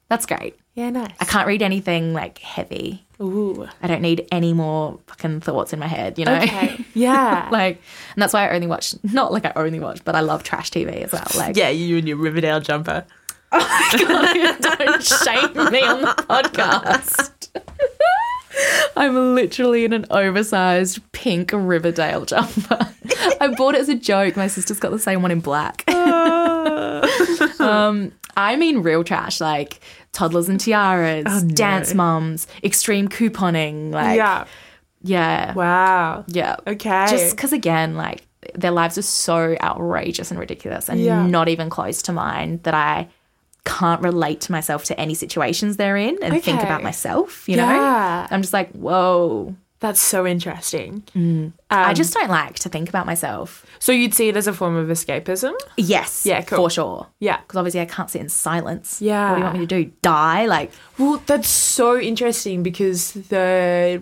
Speaker 1: That's great.
Speaker 2: Yeah, nice.
Speaker 1: I can't read anything like heavy.
Speaker 2: Ooh.
Speaker 1: I don't need any more fucking thoughts in my head, you know?
Speaker 2: Okay. Yeah.
Speaker 1: like and that's why I only watch not like I only watch, but I love trash TV as well. Like
Speaker 2: yeah, you and your Riverdale jumper.
Speaker 1: don't shame me on the podcast. I'm literally in an oversized pink Riverdale jumper. I bought it as a joke. My sister's got the same one in black.
Speaker 2: oh,
Speaker 1: um, I mean real trash, like toddlers and tiaras,
Speaker 2: Oh,
Speaker 1: dance mums, extreme couponing, like yeah,
Speaker 2: yeah.
Speaker 1: yeah,
Speaker 2: Wow.
Speaker 1: yeah.
Speaker 2: Okay.
Speaker 1: Just because again, like their lives are so outrageous and ridiculous, and
Speaker 2: Yeah.
Speaker 1: not even close to mine that I can't relate to myself to any situations they're in and think
Speaker 2: Okay.
Speaker 1: about myself. You know,
Speaker 2: yeah.
Speaker 1: I'm just like, whoa.
Speaker 2: That's so interesting. Um,
Speaker 1: I just don't like to think about myself.
Speaker 2: So you'd see it as a form of escapism?
Speaker 1: Yes,
Speaker 2: Yeah, cool.
Speaker 1: for sure.
Speaker 2: Yeah.
Speaker 1: Because obviously I can't sit in silence.
Speaker 2: Yeah.
Speaker 1: What do you want me to do? Die? Like,
Speaker 2: Well, that's so interesting because the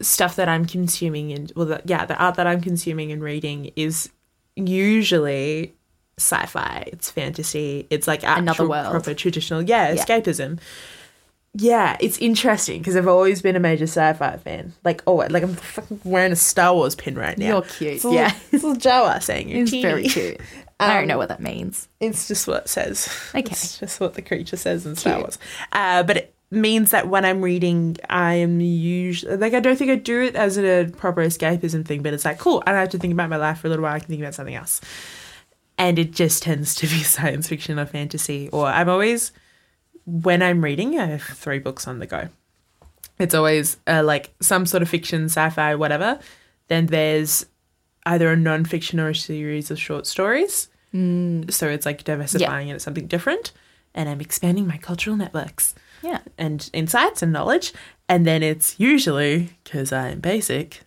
Speaker 2: stuff that I'm consuming and well, the, yeah, the art that I'm consuming and reading is usually sci-fi. It's fantasy. It's like actual,
Speaker 1: Another world.
Speaker 2: proper traditional, yeah, escapism. Yeah, it's interesting because I've always been a major sci-fi fan. Like, oh, like I'm fucking wearing a Star Wars pin right now.
Speaker 1: You're cute,
Speaker 2: It's a little-
Speaker 1: yeah.
Speaker 2: it's a little Jawa saying you're
Speaker 1: it's
Speaker 2: teeny.
Speaker 1: very cute. I don't know what that means.
Speaker 2: It's just what it says.
Speaker 1: Okay.
Speaker 2: It's just what the creature says in Star Wars. Uh, but it means that when I'm reading, I'm usually like I don't think I do it as a proper escapism thing, but it's like cool. I don't have to think about my life for a little while. I can think about something else. And it just tends to be science fiction or fantasy. Or I'm always when I'm reading, I have three books on the go. It's always uh, like some sort of fiction, sci-fi, whatever. Then there's either a non-fiction or a series of short stories. So it's like diversifying and it's something different. And I'm expanding my cultural networks
Speaker 1: Yeah.
Speaker 2: and insights and knowledge. And then it's usually, because I'm basic,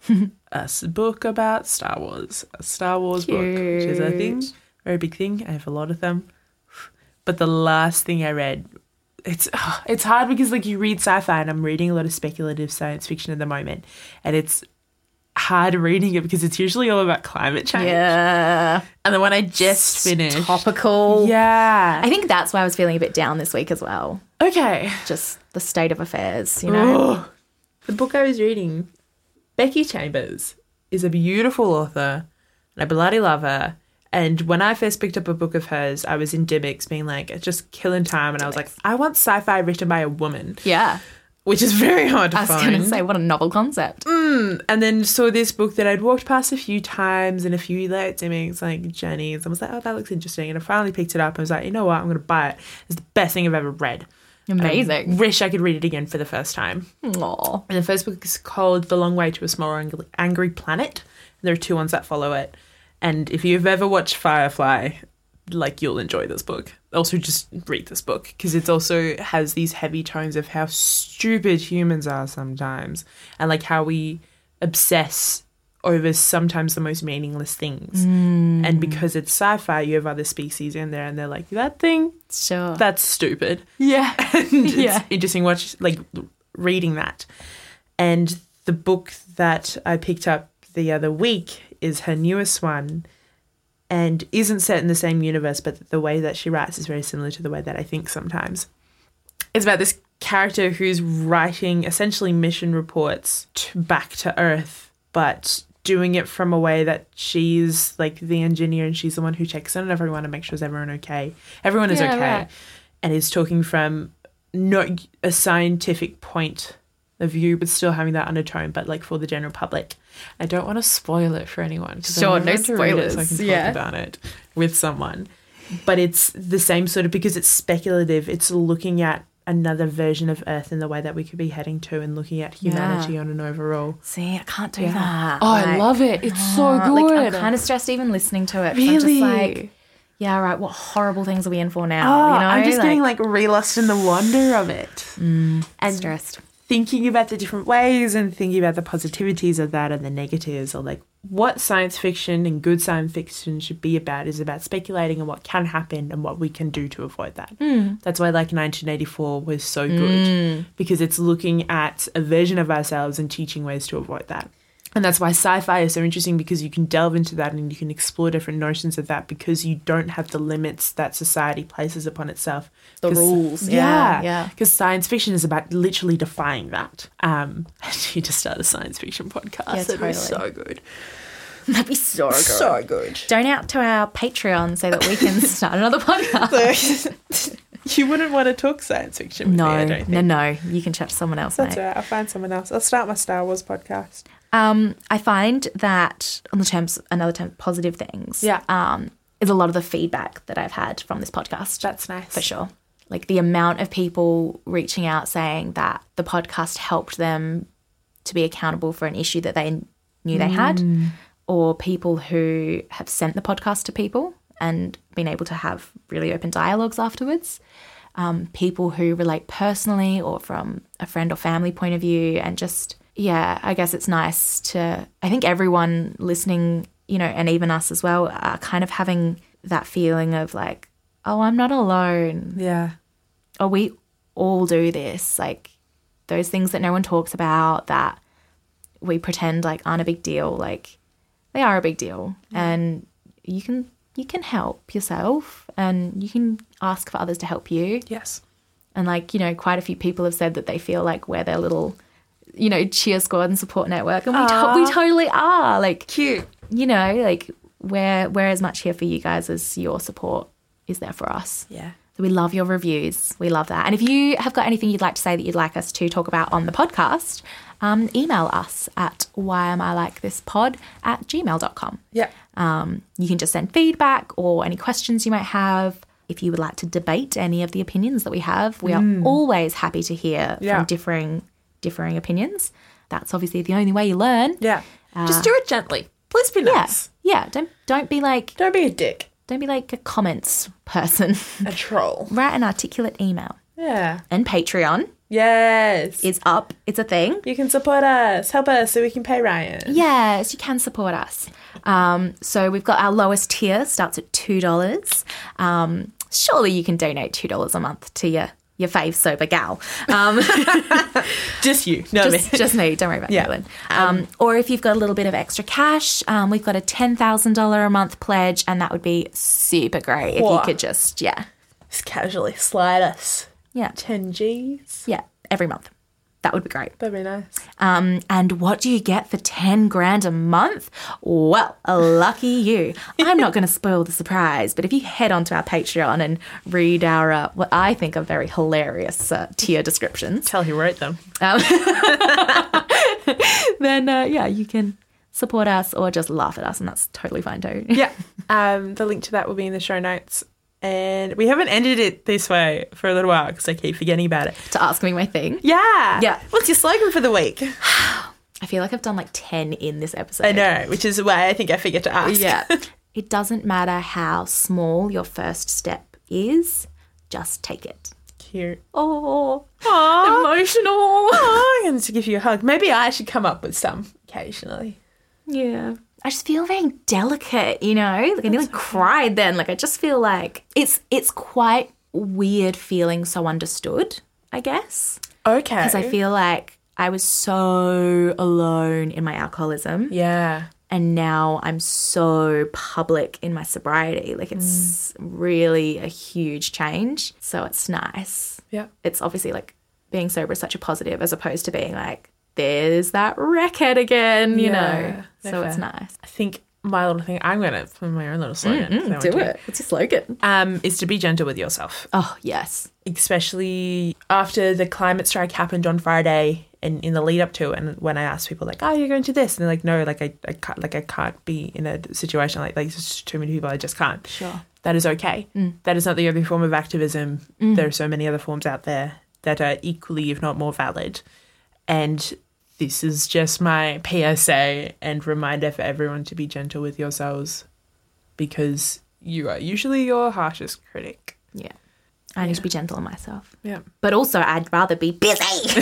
Speaker 2: a s- book about Star Wars, a Star Wars book, which is a thing, very big thing. I have a lot of them. But the last thing I read, it's it's hard because like you read sci-fi and I'm reading a lot of speculative science fiction at the moment, and it's hard reading it because it's usually all about climate change.
Speaker 1: Yeah.
Speaker 2: And the one I just finished,
Speaker 1: Topical.
Speaker 2: yeah,
Speaker 1: I think that's why I was feeling a bit down this week as well.
Speaker 2: okay.
Speaker 1: Just the state of affairs, you know?
Speaker 2: Ugh. The book I was reading, Becky Chambers, is a beautiful author, and I bloody love her. And when I first picked up a book of hers, I was in Dimmicks being like, it's just killing time. And I was like, I want sci fi written by a woman,
Speaker 1: Yeah.
Speaker 2: which is very hard to
Speaker 1: I was
Speaker 2: find.
Speaker 1: going to say, what a novel concept.
Speaker 2: and then saw this book that I'd walked past a few times and a few like dimmings, like Jenny's. I was like, oh, that looks interesting. And I finally picked it up. I was like, you know what? I'm going to buy it. It's the best thing I've ever read. And I
Speaker 1: Amazing.
Speaker 2: wish I could read it again for the first time.
Speaker 1: Aw.
Speaker 2: And the first book is called The Long Way to a Small Ang- Angry Planet. There are two ones that follow it. And if you've ever watched Firefly, like you'll enjoy this book. Also, just read this book because it also has these heavy tones of how stupid humans are sometimes and like how we obsess over sometimes the most meaningless things.
Speaker 1: Mm.
Speaker 2: And because it's sci fi, you have other species in there, and they're like, that thing,
Speaker 1: Sure.
Speaker 2: that's stupid.
Speaker 1: yeah.
Speaker 2: And it's
Speaker 1: Yeah.
Speaker 2: interesting watch like reading that. And the book that I picked up the other week is her newest one and isn't set in the same universe, but the way that she writes is very similar to the way that I think sometimes. It's about this character who's writing essentially mission reports t back to Earth, but doing it from a way that she's like the engineer and she's the one who checks in on everyone and makes sure is everyone okay. Everyone is
Speaker 1: Yeah,
Speaker 2: okay
Speaker 1: right.
Speaker 2: and is talking from not a scientific point of view, but still having that undertone, but like for the general public. I don't want to spoil it for anyone. 'cause I
Speaker 1: Sure,
Speaker 2: really
Speaker 1: no
Speaker 2: want to read it so I
Speaker 1: spoilers,
Speaker 2: can talk
Speaker 1: yeah.
Speaker 2: about it with someone. But it's the same sort of because it's speculative. It's looking at another version of Earth and the way that we could be heading to, and looking at humanity on an overall.
Speaker 1: See, I can't do that. Ah,
Speaker 2: Oh, I love it. It's so
Speaker 1: Like, I'm
Speaker 2: good.
Speaker 1: kind of stressed even listening to it. 'cause I'm just like,
Speaker 2: Really?
Speaker 1: yeah, right. What horrible things are we in for
Speaker 2: Oh,
Speaker 1: now? you know,
Speaker 2: I'm just getting like relust in the wonder of it.
Speaker 1: and stressed.
Speaker 2: thinking about the different ways and thinking about the positivities of that and the negatives or like what science fiction and good science fiction should be about is about speculating on what can happen and what we can do to avoid that. That's why like 1984 was so good
Speaker 1: Mm.
Speaker 2: because it's looking at a version of ourselves and teaching ways to avoid that. And that's why sci-fi is so interesting because you can delve into that and you can explore different notions of that because you don't have the limits that society places upon itself.
Speaker 1: The
Speaker 2: 'Cause-
Speaker 1: rules, yeah, yeah.
Speaker 2: because science fiction is about literally defying that. Um, you just start a science fiction podcast.
Speaker 1: Yeah,
Speaker 2: It'd be so
Speaker 1: totally.
Speaker 2: good.
Speaker 1: That'd be so good.
Speaker 2: good.
Speaker 1: Donate to our Patreon so that we can start another podcast.
Speaker 2: you wouldn't want to talk science fiction. With me, I
Speaker 1: No,
Speaker 2: don't think.
Speaker 1: no, no. You can chat to someone else,
Speaker 2: That's
Speaker 1: mate.
Speaker 2: all right. I'll find someone else. I'll start my Star Wars podcast.
Speaker 1: Um, I find that on the terms, another term, positive things.
Speaker 2: Yeah.
Speaker 1: Um, is a lot of the feedback that I've had from this podcast.
Speaker 2: That's nice.
Speaker 1: for sure. Like the amount of people reaching out saying that the podcast helped them to be accountable for an issue that they knew they had, or people who have sent the podcast to people and been able to have really open dialogues afterwards. Um, people who relate personally or from a friend or family point of view, and just, yeah, I guess it's nice to, I think everyone listening, you know, and even us as well, are kind of having that feeling of like, oh, I'm not alone
Speaker 2: Yeah.
Speaker 1: oh, we all do this. Like those things that no one talks about that we pretend like aren't a big deal. Like they are a big deal, and you can you can help yourself, and you can ask for others to help you.
Speaker 2: Yes.
Speaker 1: And like you know, quite a few people have said that they feel like we're their little, you know, cheer squad and support network, and we to- we totally are. Like
Speaker 2: Cute.
Speaker 1: you know, like we're we're as much here for you guys as your support is there for us.
Speaker 2: Yeah.
Speaker 1: So we love your reviews. We love that. And if you have got anything you'd like to say that you'd like us to talk about on the podcast, um, email us at why am I like this pod at gmail.com.
Speaker 2: Yeah.
Speaker 1: Um, you can just send feedback or any questions you might have. If you would like to debate any of the opinions that we have, we are always happy to hear
Speaker 2: Yeah.
Speaker 1: from differing differing opinions. That's obviously the only way you learn.
Speaker 2: Yeah. Just do it gently. Please be
Speaker 1: Uh, Yeah.
Speaker 2: nice.
Speaker 1: Yeah. Don't don't be like
Speaker 2: Don't be a dick.
Speaker 1: don't be like a comments person.
Speaker 2: A troll.
Speaker 1: Write an articulate email.
Speaker 2: Yeah.
Speaker 1: And Patreon.
Speaker 2: Yes.
Speaker 1: is up. It's a thing.
Speaker 2: you can support us. Help us so we can pay Ryan.
Speaker 1: Yes, you can support us. Um, so we've got our lowest tier starts at two dollars. Um, surely you can donate two dollars a month to your your fave sober gal. Um,
Speaker 2: Just you. No, me.
Speaker 1: just, just me. Don't worry about
Speaker 2: Yeah.
Speaker 1: Caitlin. Um, or if you've got a little bit of extra cash, um, we've got a ten thousand dollar a month pledge, and that would be super great if you
Speaker 2: Whoa.
Speaker 1: could just yeah
Speaker 2: Just casually slide us.
Speaker 1: yeah
Speaker 2: 10 G's.
Speaker 1: yeah every month. That would be great.
Speaker 2: That'd be nice.
Speaker 1: Um, and what do you get for 10 grand a month? Well, lucky you. I'm not going to spoil the surprise, but if you head onto our Patreon and read our, uh, what I think are very hilarious uh, tier descriptions,
Speaker 2: Tell who wrote them.
Speaker 1: then uh, yeah, you can support us or just laugh at us, and that's totally fine too.
Speaker 2: Yeah. Um, the link to that will be in the show notes. And we haven't ended it this way for a little while because I keep forgetting about it.
Speaker 1: to ask me my thing.
Speaker 2: Yeah.
Speaker 1: Yeah.
Speaker 2: What's your slogan for the week?
Speaker 1: I feel like I've done like 10 in this episode.
Speaker 2: I know, which is why I think I forget to ask.
Speaker 1: Yeah. it doesn't matter how small your first step is, just take it.
Speaker 2: Cute.
Speaker 1: Oh,
Speaker 2: Aww.
Speaker 1: emotional.
Speaker 2: Oh, I'm going to give you a hug. Maybe I should come up with some occasionally. Yeah.
Speaker 1: I just feel very delicate, you know? Like I nearly cried then. Like I just feel like it's it's quite weird feeling so understood, I guess.
Speaker 2: Okay.
Speaker 1: Because I feel like I was so alone in my alcoholism
Speaker 2: yeah.
Speaker 1: and now I'm so public in my sobriety. Like
Speaker 2: Mm.
Speaker 1: it's really a huge change. So it's nice.
Speaker 2: Yeah.
Speaker 1: It's obviously like being sober is such a positive as opposed to being like, there's that wreckhead again, you
Speaker 2: Yeah.
Speaker 1: know?
Speaker 2: No
Speaker 1: So it's
Speaker 2: fair.
Speaker 1: nice.
Speaker 2: I think my little thing. I'm gonna put my own little slogan. if I want
Speaker 1: Mm, Do
Speaker 2: to.
Speaker 1: it. What's your slogan?
Speaker 2: Um, is to be gentle with yourself,
Speaker 1: Oh, yes.
Speaker 2: especially after the climate strike happened on Friday and in the lead up to, it, and when I asked people like, "Oh, you're going to this," and they're like, "No, like I, I can't, like I can't be in a situation like like there's just too many people. I just can't."
Speaker 1: Sure.
Speaker 2: That is okay. That is not the only form of activism. There are so many other forms out there that are equally, if not more, valid. And this is just my PSA and reminder for everyone to be gentle with yourselves because you are usually your harshest critic.
Speaker 1: Yeah. I need to be gentle on myself.
Speaker 2: Yeah.
Speaker 1: But also, I'd rather be busy.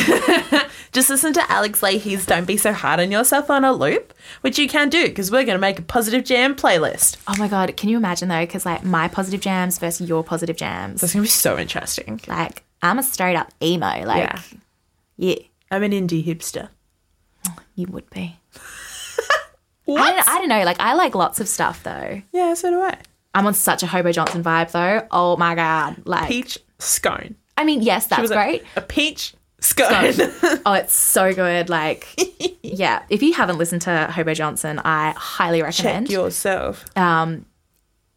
Speaker 2: Just listen to Alex Leahy's Don't Be So Hard on Yourself on a Loop, which you can do because we're going to make a positive jam playlist.
Speaker 1: oh my God. Can you imagine though? Because like my positive jams versus your positive jams.
Speaker 2: That's going to be so interesting.
Speaker 1: Like, I'm a straight up emo. Like,
Speaker 2: Yeah.
Speaker 1: yeah
Speaker 2: I'm an indie hipster.
Speaker 1: you would be. I
Speaker 2: What?
Speaker 1: don't, I don't know. Like, I like lots of stuff though.
Speaker 2: yeah, so do I.
Speaker 1: I'm on such a Hobo Johnson vibe though. Oh my god! Like,
Speaker 2: Peach scone.
Speaker 1: I mean, yes, that's
Speaker 2: was like,
Speaker 1: great.
Speaker 2: A peach scone.
Speaker 1: oh, it's so good. Like, yeah. If you haven't listened to Hobo Johnson, I highly recommend. Um,
Speaker 2: Check yourself.
Speaker 1: Uh,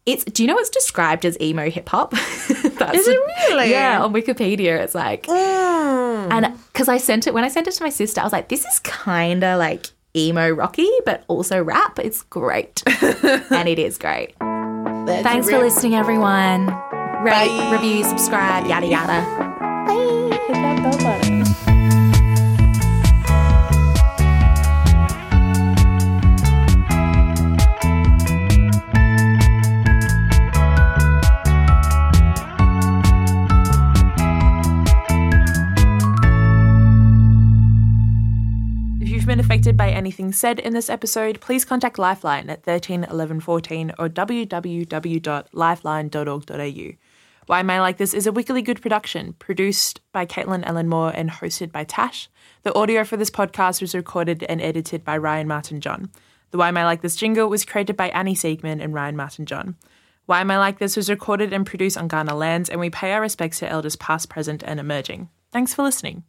Speaker 1: it's do you know it's described as emo hip hop? Is
Speaker 2: it really? Mm.
Speaker 1: Yeah, on Wikipedia, it's like,
Speaker 2: Ah.
Speaker 1: and because I sent it when I sent it to my sister, I was like, this is kind of like emo rocky, but also rap. It's great, and it is great. Thanks for listening, everyone. Rate,
Speaker 2: Bye.
Speaker 1: review, subscribe, yada yada.
Speaker 2: If you've been affected by anything said in this episode, please contact Lifeline at 13 11 14 or www.lifeline.org.au. Why Am I Like This is a Wickedly Good production, produced by Caitlin Ellen Moore and hosted by Tash. The audio for this podcast was recorded and edited by Ryan Martin John. The Why Am I Like This jingle was created by Annie Siegman and Ryan Martin John. Why Am I Like This was recorded and produced on Ghana lands, and we pay our respects to elders past, present, and emerging. Thanks for listening.